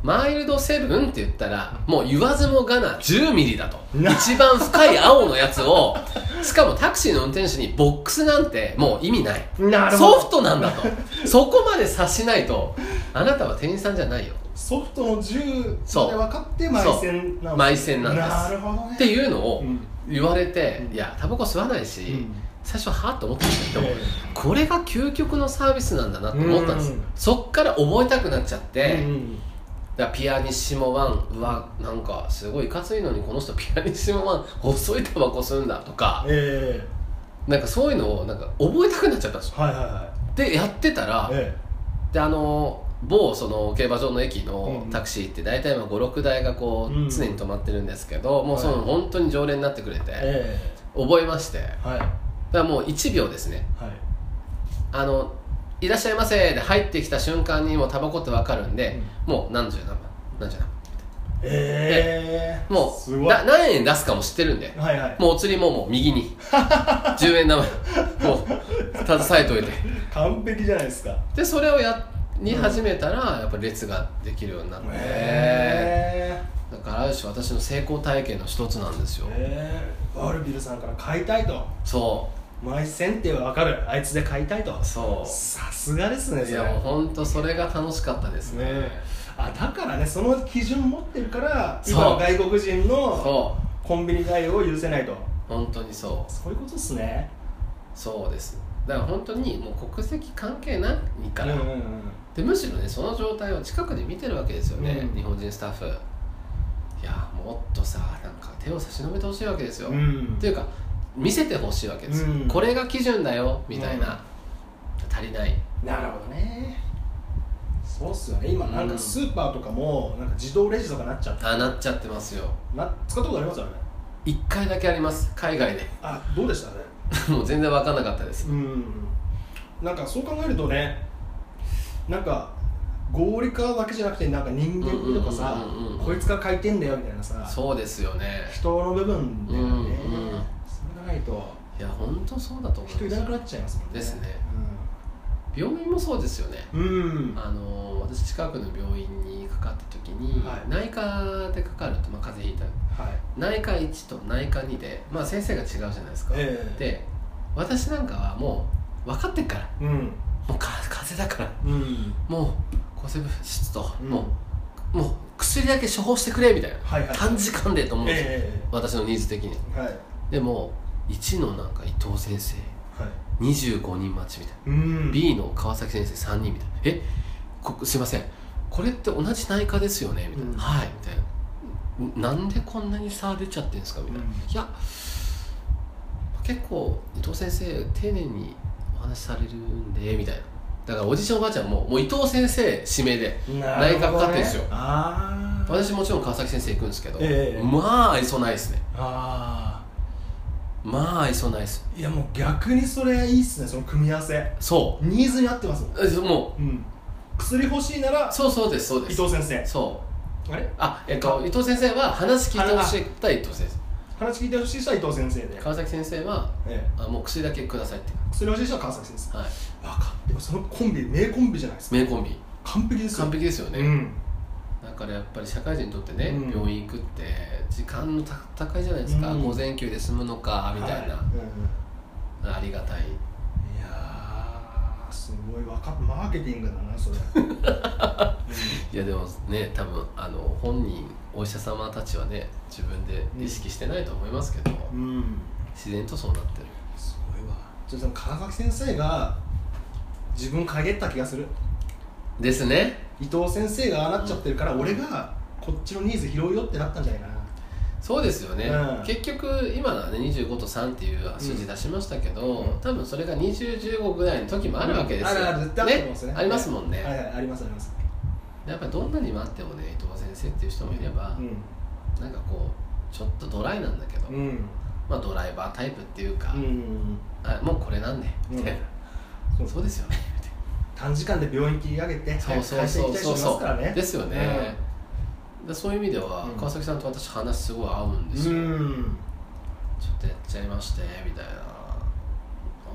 Speaker 1: マイルドセブンって言ったらもう言わずもがな10ミリだと
Speaker 2: な
Speaker 1: 一番深い青のやつを しかもタクシーの運転手にボックスなんてもう意味ない
Speaker 2: いなるほ
Speaker 1: ソ
Speaker 2: ど
Speaker 1: フトなんだとそこまで察しないとあなたは店員さんじゃないよ
Speaker 2: ソフトの銃
Speaker 1: そう
Speaker 2: まで分かって埋線なん
Speaker 1: 埋線なんです
Speaker 2: なるほどね
Speaker 1: っていうのを
Speaker 2: うん
Speaker 1: 言われて、
Speaker 2: うん
Speaker 1: いやタバコ吸わないし、
Speaker 2: うん
Speaker 1: 最初はあと思ったんですけど、
Speaker 2: え
Speaker 1: これが究極のサービスなんだなって思ったんです、
Speaker 2: うん
Speaker 1: そっから覚えたくなっちゃって、
Speaker 2: えうん
Speaker 1: だからピアニッシモ1うわなんかすごいいかついのにこの人ピアニッシモ1細いタバコ吸うんだとか
Speaker 2: え
Speaker 1: なんかそういうのをなんか覚えたくなっちゃったんです
Speaker 2: え
Speaker 1: よ
Speaker 2: はいはいは
Speaker 1: でやってたら
Speaker 2: いえ
Speaker 1: であの某その競馬場の駅の
Speaker 2: うん
Speaker 1: タクシーって大体56台がこ
Speaker 2: うん
Speaker 1: う常に止まってるんですけど、もうその
Speaker 2: はい
Speaker 1: 本当に常連になってくれて、
Speaker 2: ええ
Speaker 1: 覚えましてだか
Speaker 2: えはい
Speaker 1: らもう1秒ですね
Speaker 2: はい
Speaker 1: あの「いらっしゃいませ」で入ってきた瞬間にもうタバコって分かるんで、もう何十何番何十何
Speaker 2: ええ
Speaker 1: 番も
Speaker 2: す
Speaker 1: う
Speaker 2: ごい
Speaker 1: な何円出すかも知ってるんで
Speaker 2: はいはい
Speaker 1: もうお釣りももう右に10円玉もう携えておいて
Speaker 2: 完璧じゃないですか
Speaker 1: でそれをやに始めたら、やっぱ列ができるようになって、
Speaker 2: え
Speaker 1: だからある種私の成功体験の一つなんですよ、
Speaker 2: えええワルビルさんから買いたいと
Speaker 1: そ
Speaker 2: マイ選定はわかるあいつで買いたいと
Speaker 1: うそ
Speaker 2: さすがですね
Speaker 1: うい
Speaker 2: それ
Speaker 1: やもう本当それが楽しかったですね
Speaker 2: ねあだからねその基準持ってるから
Speaker 1: そう
Speaker 2: 今の外国人の
Speaker 1: そ
Speaker 2: コンビニ対応を許せないと
Speaker 1: う本当にそう
Speaker 2: そういうことですね
Speaker 1: そうですだから本当にもう国籍関係ないから、
Speaker 2: うんうんうん
Speaker 1: でむしろねその状態を近くで見てるわけですよね、
Speaker 2: うん
Speaker 1: 日本人スタッフいやもっとさなんか手を差し伸べてほしいわけですよ、
Speaker 2: うん
Speaker 1: っていうか見せてほしいわけですよ、
Speaker 2: うん
Speaker 1: これが基準だよみたいな、足りない
Speaker 2: なるほどねそうっすよね今なん
Speaker 1: う
Speaker 2: か
Speaker 1: ん
Speaker 2: スーパーとかもなんか自動レジとかなっちゃった
Speaker 1: あなっちゃってますよ
Speaker 2: な使ったことありますよね
Speaker 1: 1回だけあります海外で
Speaker 2: あどうでしたね
Speaker 1: もう全然分かんなかったです
Speaker 2: うんなんかそう考えるとねなんか合理化だけじゃなくてなんか人間味とかさ
Speaker 1: うんうんうんうんうん
Speaker 2: こいつが書いてんだよみたいなさ
Speaker 1: そうですよね
Speaker 2: 人の部分でね、
Speaker 1: うんうん
Speaker 2: それがないと
Speaker 1: いや本当そうだと思
Speaker 2: 人
Speaker 1: い
Speaker 2: い
Speaker 1: ま
Speaker 2: な
Speaker 1: す
Speaker 2: くなっちゃいますもんね
Speaker 1: ですね病院もそうですよね
Speaker 2: うん、うん
Speaker 1: あの私近くの病院にかかった時に、
Speaker 2: はい
Speaker 1: 内科でかかると、まあ、風邪ひいた
Speaker 2: はい
Speaker 1: 内科1と内科2で、まあ、先生が違うじゃないですか、
Speaker 2: ええ
Speaker 1: で私なんかはもう分かってっから
Speaker 2: うん
Speaker 1: もうか風邪だから
Speaker 2: うん
Speaker 1: もう抗生物質と、
Speaker 2: うん
Speaker 1: もうもう薬だけ処方してくれみたいな、
Speaker 2: はいはい
Speaker 1: 短時間でと思うんですよ、
Speaker 2: え
Speaker 1: 私のニーズ的に
Speaker 2: えはいは
Speaker 1: でも1のなんか伊藤先生
Speaker 2: い
Speaker 1: 25人待ちみたいな、
Speaker 2: うん
Speaker 1: B の川崎先生3人みたいなえこすいませんこれって同じ内科ですよねみたいな、
Speaker 2: うん
Speaker 1: はいみたいなんなんでこんなに差出ちゃってんですかみたいな、
Speaker 2: うん
Speaker 1: いや結構伊藤先生丁寧にお話しされるんでみたいなだからおじいちゃんおばあちゃんももう伊藤先生指名で
Speaker 2: なるほ
Speaker 1: 内科
Speaker 2: どね
Speaker 1: かかってんですよ
Speaker 2: あー
Speaker 1: 私もちろん川崎先生行くんですけど、
Speaker 2: ええ
Speaker 1: まあ愛想ないですね
Speaker 2: あ
Speaker 1: まあ愛想ないです
Speaker 2: ーいやもう逆にそれいいっすねその組み合わせ
Speaker 1: そ
Speaker 2: ニーズに合ってますもん
Speaker 1: うえも
Speaker 2: うん薬欲しいなら
Speaker 1: うそうそうですそうで
Speaker 2: 伊
Speaker 1: す
Speaker 2: 藤先生
Speaker 1: そう
Speaker 2: あれ
Speaker 1: あえっと伊藤先生は話聞いてほしいった伊藤先生
Speaker 2: 話聞いてほしい人は伊藤先生で、
Speaker 1: 川崎先生は
Speaker 2: ええ、
Speaker 1: あもう薬だけくださいって
Speaker 2: 薬欲しい人は川崎先生
Speaker 1: はい
Speaker 2: 分かってますそのコンビ名コンビじゃないですか
Speaker 1: 名コンビ
Speaker 2: 完璧ですよ
Speaker 1: 完璧ですよね、
Speaker 2: うん
Speaker 1: だからやっぱり社会人にとってね、
Speaker 2: うん
Speaker 1: 病院行くって時間の高いじゃないですか、
Speaker 2: うん
Speaker 1: 午前休で済むのかみたいな、
Speaker 2: は
Speaker 1: ありがたい
Speaker 2: うんいやーすごいわかっマーケティングだ なそれ
Speaker 1: いやでもね多分あの本人お医者様たちはね自分で意識してないと思いますけど、
Speaker 2: うん
Speaker 1: 自然とそうなってる
Speaker 2: すごいわちょっとその川崎先生が自分陰った気がする
Speaker 1: ですね
Speaker 2: 伊藤先生がああなっちゃってるから、俺がこっちのニーズ拾うよってなったんじゃないかな
Speaker 1: そうですよね、
Speaker 2: うん
Speaker 1: 結局今のはね25と3っていう数字出しましたけど、
Speaker 2: うん
Speaker 1: 多分それが2015ぐらいの時もあるわけですよ、
Speaker 2: あるある絶対あると思うんですよね
Speaker 1: ありますもんね、
Speaker 2: はいはいありますあります
Speaker 1: やっぱりどんなに待ってもね伊藤先生っていう人もいれば、
Speaker 2: う
Speaker 1: なんかこうちょっとドライなんだけど、
Speaker 2: んうん
Speaker 1: まあドライバータイプっていうか、
Speaker 2: うん
Speaker 1: あもうこれなんでみたいな、
Speaker 2: うん
Speaker 1: そうですよねみたいな
Speaker 2: 短時間で病院切り上げて
Speaker 1: そう
Speaker 2: 早く
Speaker 1: そう
Speaker 2: 会社
Speaker 1: そ
Speaker 2: 行
Speaker 1: う
Speaker 2: きたい人
Speaker 1: そう
Speaker 2: いますから
Speaker 1: そう
Speaker 2: ね
Speaker 1: ですよね、でそういう意味では、
Speaker 2: うん
Speaker 1: 川崎さんと私話すごい合うんです
Speaker 2: う
Speaker 1: よ、
Speaker 2: ん
Speaker 1: ちょっとやっちゃいましてみたいなあ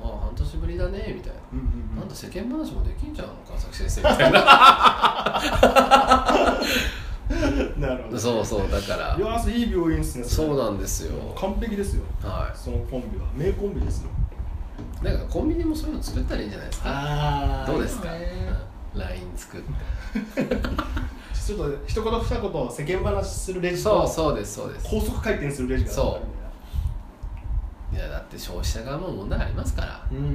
Speaker 1: あ半年ぶりだねみたいな、
Speaker 2: うんうん
Speaker 1: なんだ世間話もできんじゃん川崎先生みたい な
Speaker 2: うんなるほど
Speaker 1: そうそうだから
Speaker 2: いやーいい病院ですね
Speaker 1: そう
Speaker 2: だ
Speaker 1: なんですよ
Speaker 2: 完璧ですよ
Speaker 1: は
Speaker 2: そのコンビは名コンビですよ
Speaker 1: いなんかコンビニもそういうの作ったらいいんじゃないですか
Speaker 2: あ
Speaker 1: どうですか、うん LINE 作って
Speaker 2: ちょっと一言二言世間話するレジ
Speaker 1: そ
Speaker 2: と
Speaker 1: うそうですそうです
Speaker 2: 高速回転するレジが
Speaker 1: そう
Speaker 2: あるみたいない
Speaker 1: やだって消費者側も問題ありますから、
Speaker 2: うん
Speaker 1: ほん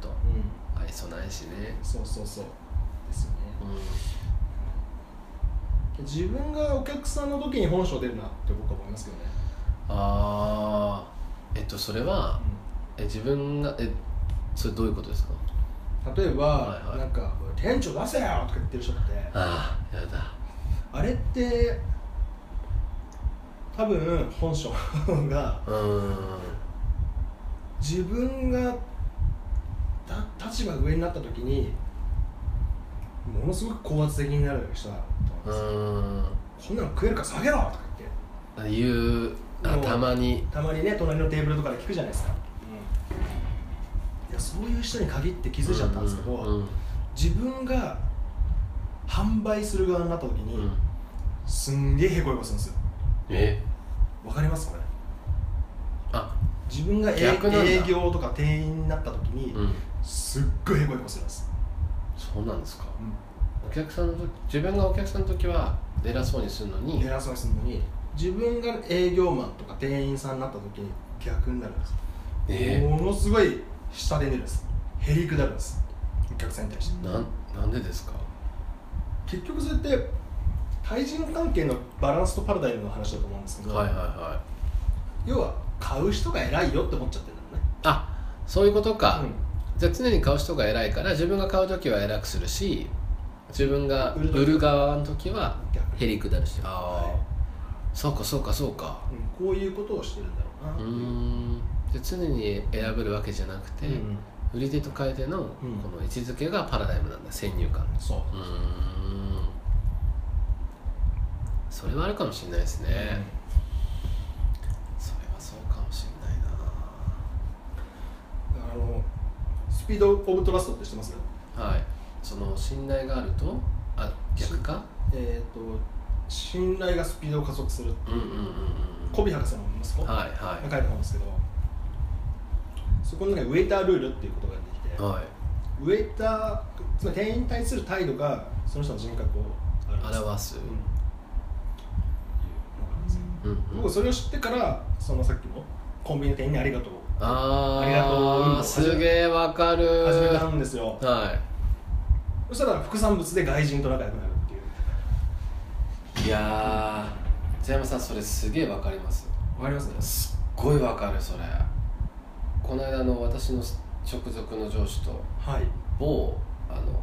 Speaker 1: と
Speaker 2: う
Speaker 1: 愛想ないしね
Speaker 2: んそうそうそうですよね
Speaker 1: うん
Speaker 2: 自分がお客さんの時に本性出るなって僕は思いますけどね、
Speaker 1: ああえっとそれはえ自分がえそれどういうことですか
Speaker 2: 例えば、
Speaker 1: はいはい
Speaker 2: なんか「店長出せよ!」とか言ってる人って
Speaker 1: ああやだ
Speaker 2: あれって多分本性が
Speaker 1: うーん
Speaker 2: 自分がた立場が上になった時にものすごく高圧的になる人だと思うん
Speaker 1: う
Speaker 2: です
Speaker 1: ーん
Speaker 2: よこんなの食えるから下げろとか言って
Speaker 1: あいうあ
Speaker 2: もう
Speaker 1: たまに
Speaker 2: たまにね隣のテーブルとかで聞くじゃないですか、いやそういう人に限って気づいちゃったんですけど、
Speaker 1: うんうん
Speaker 2: 自分が販売する側になった
Speaker 1: う
Speaker 2: 時に、
Speaker 1: んうん
Speaker 2: すんげえへこいこするんですよ
Speaker 1: え
Speaker 2: わかりますこれ
Speaker 1: あ
Speaker 2: 自分が営
Speaker 1: 逆なんだ
Speaker 2: 営業とか店員になった時に、
Speaker 1: うん
Speaker 2: すっごいへこいこするんです、
Speaker 1: そうなんですかお客さんの時自分がお客さんの時は偉そうにするのに
Speaker 2: 偉そうにするのに自分が営業マンとか店員さんになった時に逆になるんです、
Speaker 1: え
Speaker 2: ものすごい下で出るんですへりくだるんですお客さんに対して
Speaker 1: なんなんでですか
Speaker 2: 結局それって対人関係のバランスとパラダイムの話だと思うんですけど、
Speaker 1: はいはいはい
Speaker 2: 要は買う人が偉いよって思っちゃってるんだよね
Speaker 1: あそういうことか、
Speaker 2: う
Speaker 1: じゃあ常に買う人が偉いから自分が買う時は偉くするし自分が
Speaker 2: 売る時
Speaker 1: 売る側の時は
Speaker 2: 逆に
Speaker 1: へりくだるしああ、
Speaker 2: はい
Speaker 1: そうかそうかそうか
Speaker 2: んこういうことをしてるんだろうなっ
Speaker 1: う
Speaker 2: て
Speaker 1: ー
Speaker 2: いうん
Speaker 1: じゃあ常に選べるわけじゃなくて、
Speaker 2: うん
Speaker 1: 売り手と買い手のこ
Speaker 2: うん
Speaker 1: の位置づけがパラダイムなんだ先入観
Speaker 2: そう
Speaker 1: うーんそれはあるかもしれないですね、それはそうかもしれない
Speaker 2: あのスピード・オブ・トラストって知ってます
Speaker 1: なはいその信頼があるとあ逆か
Speaker 2: えっ、と信頼がスピードを加速する
Speaker 1: うんうんうん
Speaker 2: コビ博士の息子
Speaker 1: うん
Speaker 2: が
Speaker 1: はいは
Speaker 2: 書いた本ですけどそこの中にウェイタールールっていうことが出てきて
Speaker 1: いはい
Speaker 2: ウェイターつまり店員に対する態度がその人の人格を表す
Speaker 1: 表す
Speaker 2: うんいうのがあるんで
Speaker 1: う
Speaker 2: すよ
Speaker 1: んうん
Speaker 2: 僕それを知ってからそのさっきのコンビニの店員にありがとう
Speaker 1: あー
Speaker 2: ありがとう運動
Speaker 1: すげえわかる
Speaker 2: 始めたんですよ
Speaker 1: は
Speaker 2: そしたら副産物で外人と仲良くなるっていう
Speaker 1: いいやー津山さんそれすげえわかります
Speaker 2: わかります
Speaker 1: すっごいわかるそれこの間の私の直属の上司と
Speaker 2: はい
Speaker 1: 某あの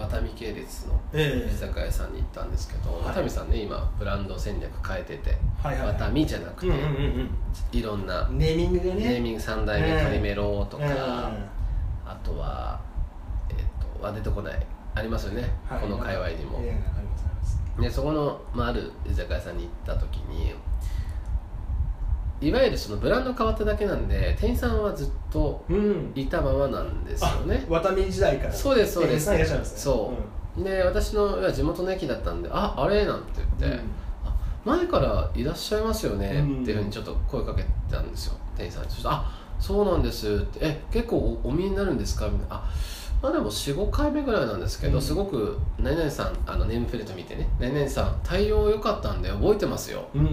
Speaker 1: 渡美系列の
Speaker 2: え
Speaker 1: 居酒屋さんに行ったんですけど、
Speaker 2: はい
Speaker 1: 渡美さんね今ブランド戦略変えてて、
Speaker 2: はいはいはい
Speaker 1: 渡美じゃなく
Speaker 2: う
Speaker 1: て、
Speaker 2: んうんうん
Speaker 1: いろんな
Speaker 2: うんネーミングでね
Speaker 1: ネーミング三代目カリメロとか、
Speaker 2: うん
Speaker 1: あとは、えっとあ出てこないありますよね、
Speaker 2: はい
Speaker 1: この界隈にも、
Speaker 2: ええありますあります
Speaker 1: でそこの、まあ、ある居酒屋さんに行った時にいわゆるそのブランド変わっただけなんで店員さんはずっと
Speaker 2: うん
Speaker 1: いたままなんですよね
Speaker 2: ワタミ時代から
Speaker 1: そうですそうです
Speaker 2: 店員さんいらっしゃるんですね
Speaker 1: そうん、で私の要は地元の駅だったんで「ああれ?」なんて言って、
Speaker 2: うん
Speaker 1: あ前からいらっしゃいますよね」
Speaker 2: うん
Speaker 1: っていうふうにちょっと声かけたんですよ店員さんにそしたらあそうなんです」って「え結構おお見えになるんですか?」みたいな「あまあでも45回目ぐらいなんですけど、
Speaker 2: うん
Speaker 1: すごく何々さんあのネームプレート見てね何々さん対応良かったんで覚えてますよ」
Speaker 2: うんうん
Speaker 1: っ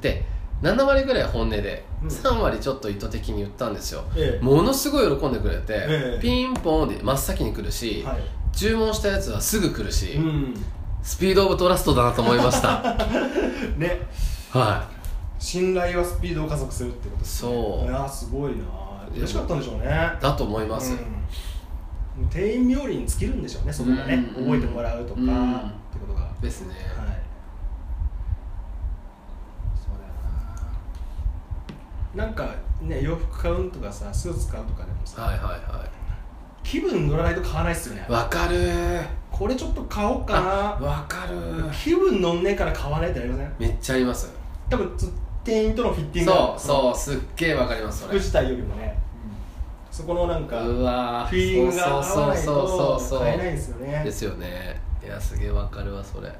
Speaker 1: て7割ぐらい本音で、
Speaker 2: うん
Speaker 1: 3割ちょっと意図的に言ったんですよ
Speaker 2: ええ
Speaker 1: ものすごい喜んでくれて、
Speaker 2: ええ
Speaker 1: ピンポンで真っ先に来るし、
Speaker 2: は
Speaker 1: 注文したやつはすぐ来るし、
Speaker 2: いうん
Speaker 1: スピードオブトラストだなと思いました
Speaker 2: ね
Speaker 1: は
Speaker 2: 信頼はスピードを加速するってことですね
Speaker 1: そう
Speaker 2: なあすごいなあ嬉しかったんでしょうね
Speaker 1: いだと思います、
Speaker 2: うん、店員冥利に尽きるんでしょうねそこがね、
Speaker 1: うん
Speaker 2: 覚えてもらうとか、
Speaker 1: うん
Speaker 2: ってことがはい
Speaker 1: ですね、
Speaker 2: そうだよななんかね洋服買うんとかさスーツ買うとかでもさ
Speaker 1: はいは
Speaker 2: 気分乗らないと買わないっすよね
Speaker 1: いはいわかるー
Speaker 2: これちょっと買おう
Speaker 1: あ
Speaker 2: か
Speaker 1: わかる
Speaker 2: な
Speaker 1: ー
Speaker 2: 気分乗んねえから買わないってなりません
Speaker 1: めっちゃあります
Speaker 2: 多分つ店員とのフィッティング
Speaker 1: そうそうすっげえわかりますそ
Speaker 2: 服
Speaker 1: れ
Speaker 2: 自体よりもね、そこのなんか
Speaker 1: うわー
Speaker 2: フィーリングが合
Speaker 1: そう
Speaker 2: わない
Speaker 1: そうそうそうそ
Speaker 2: と
Speaker 1: う
Speaker 2: 買えないんですよね
Speaker 1: ですよねいやすげえわかるわそれ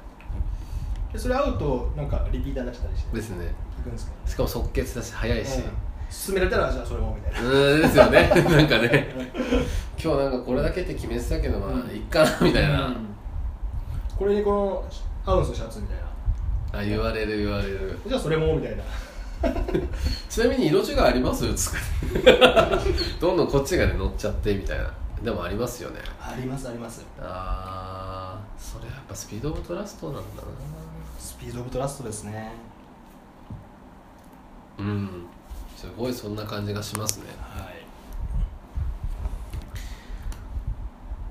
Speaker 2: でそれ合うとなんかリピーターになっちゃったりして
Speaker 1: ですね
Speaker 2: 聞くんですけど
Speaker 1: しかも即決だし早いし、
Speaker 2: 勧められたらじゃあそれもみたいな
Speaker 1: うーんですよ ねなんかね今日なんかこれだけって決めてたけどまあいっかなみたいな、
Speaker 2: うんこれにこの合うんですよシャツみたいな
Speaker 1: あ言われる言われる
Speaker 2: じゃあそれもみたいな
Speaker 1: ちなみに色違いありますつって どんどんこっちがね乗っちゃってみたいなでもありますよね
Speaker 2: ありますあります
Speaker 1: あーそれやっぱスピード・オブ・トラストなんだな
Speaker 2: スピード・オブ・トラストですね
Speaker 1: うんすごいそんな感じがしますね
Speaker 2: はい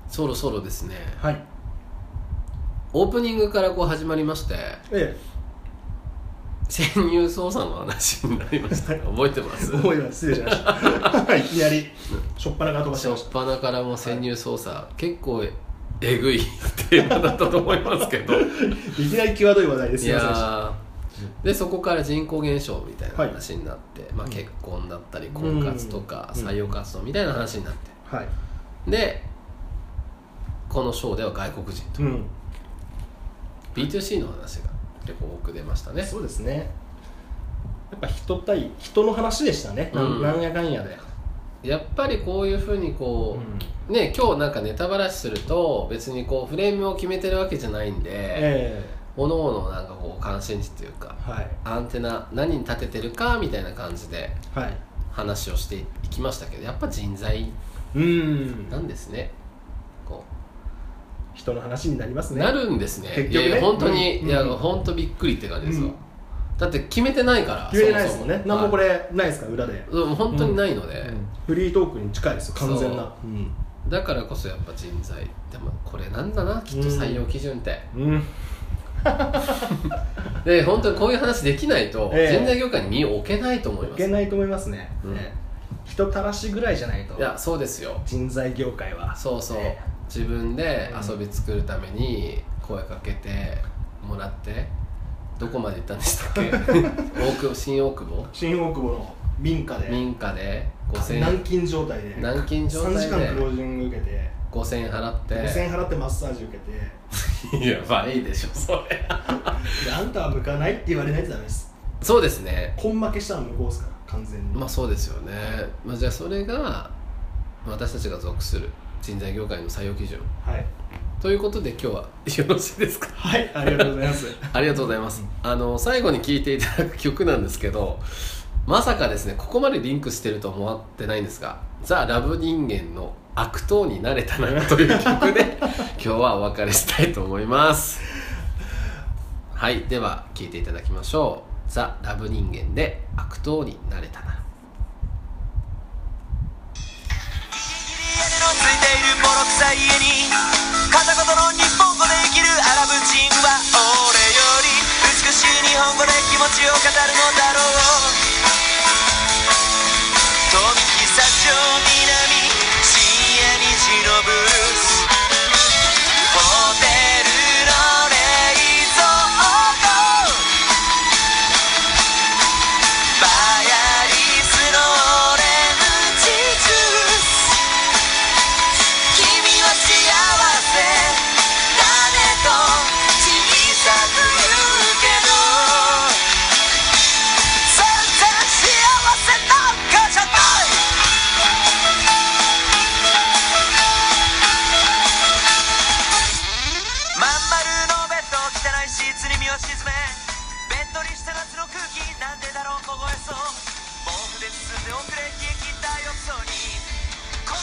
Speaker 1: そろそろですね
Speaker 2: はい
Speaker 1: オープニングからこう始まりまして
Speaker 2: え
Speaker 1: 潜入捜査の話になりましたね覚えてま
Speaker 2: え
Speaker 1: す
Speaker 2: 思いは失礼しました いきなりしょっぱなから飛ばし
Speaker 1: 初
Speaker 2: ま
Speaker 1: っ
Speaker 2: した
Speaker 1: 端からもう潜入捜査、結構えぐいテーマだったと思いますけど
Speaker 2: いきなり際どい話題です
Speaker 1: い
Speaker 2: すいませんでした
Speaker 1: やーでそこから人口減少みたいな話になって、まあ、
Speaker 2: うん
Speaker 1: 結婚だったり婚活とか
Speaker 2: うん
Speaker 1: 採用活動みたいな話になって
Speaker 2: はい
Speaker 1: でこのショーでは外国人と
Speaker 2: うん
Speaker 1: B2C の話が結構多く出ましたね
Speaker 2: そうですねやっぱ人対人の話でしたね、な
Speaker 1: うん
Speaker 2: ん、なんやかんやで、
Speaker 1: やっぱりこういうふうにこう、ね今日なんかネタばらしすると別にこうフレームを決めてるわけじゃないんで、
Speaker 2: え
Speaker 1: 各々なんかこう関心事というか
Speaker 2: えはい
Speaker 1: アンテナ何に立ててるかみたいな感じで
Speaker 2: はい
Speaker 1: 話をしていきましたけどやっぱ人材
Speaker 2: うん
Speaker 1: なんですねこ
Speaker 2: 人の話になります
Speaker 1: う
Speaker 2: ね
Speaker 1: なるんですね
Speaker 2: 結局
Speaker 1: いや
Speaker 2: ね
Speaker 1: いや本当に、
Speaker 2: うん
Speaker 1: いや
Speaker 2: うん
Speaker 1: 本当びっくりって感じですわ、
Speaker 2: うん
Speaker 1: だって決めてないから
Speaker 2: 言えないですもんね
Speaker 1: そそ
Speaker 2: 何もこ
Speaker 1: は
Speaker 2: れないですから裏で
Speaker 1: い、うん本当にないので、
Speaker 2: フリートークに近いですよ完全
Speaker 1: そう
Speaker 2: なうん
Speaker 1: だからこそやっぱ人材でもこれなんだなきっと採用基準って、
Speaker 2: うん
Speaker 1: で本当にこういう話できないと、
Speaker 2: ええ
Speaker 1: 人材業界に身を置けないと思い
Speaker 2: い
Speaker 1: ます
Speaker 2: け
Speaker 1: い
Speaker 2: ないと思いますね、
Speaker 1: うん
Speaker 2: ね人たらしぐらいじゃないと
Speaker 1: やそうですよ
Speaker 2: 人材業界は
Speaker 1: そうそう
Speaker 2: ね
Speaker 1: 自分で
Speaker 2: うん
Speaker 1: 遊び作るために声かけてもらってどこまで行ったんでしたっ け大久保新大久保
Speaker 2: 新大久保の民家で
Speaker 1: 民家で
Speaker 2: 軟
Speaker 1: 5000
Speaker 2: 禁状態で
Speaker 1: 軟禁状態で
Speaker 2: 3時間クロージング受けて
Speaker 1: 5000円払って
Speaker 2: 5000円払ってマッサージ受けて で
Speaker 1: いやまあいいでしょそれ
Speaker 2: あんたは向かないって言われないとダメです
Speaker 1: そうですね
Speaker 2: 根負けしたら向こうですから完全に、
Speaker 1: まあそうですよね、まあ、じゃあそれが私たちが属する人材業界の採用基準
Speaker 2: はい
Speaker 1: ということで今日はよろしいですか
Speaker 2: はいありがとうございます
Speaker 1: ありがとうございます。あの最後に聴いていただく曲なんですけど、まさかですねここまでリンクしてるとは思ってないんですが、ザラブ人間の悪党になれたなという曲で今日はお別れしたいと思います。はい、では聴いていただきましょう。ザラブ人間で悪党になれたな。
Speaker 4: 屋根のついているボロ臭い家に片言の日本語で生きるアラブ人は俺より美しい日本語で気持ちを語るのだろう富木社長南深夜虹のブルースホテルの冷蔵庫バヤリスのオレンジジュース君は幸せだねと小さく言うけど全然幸せなんかじゃないまん丸のベッド汚いシーツに身を沈めベッドにした夏の空気なんでだろう凍えそう毛布で包んでおくれ消え切った浴槽に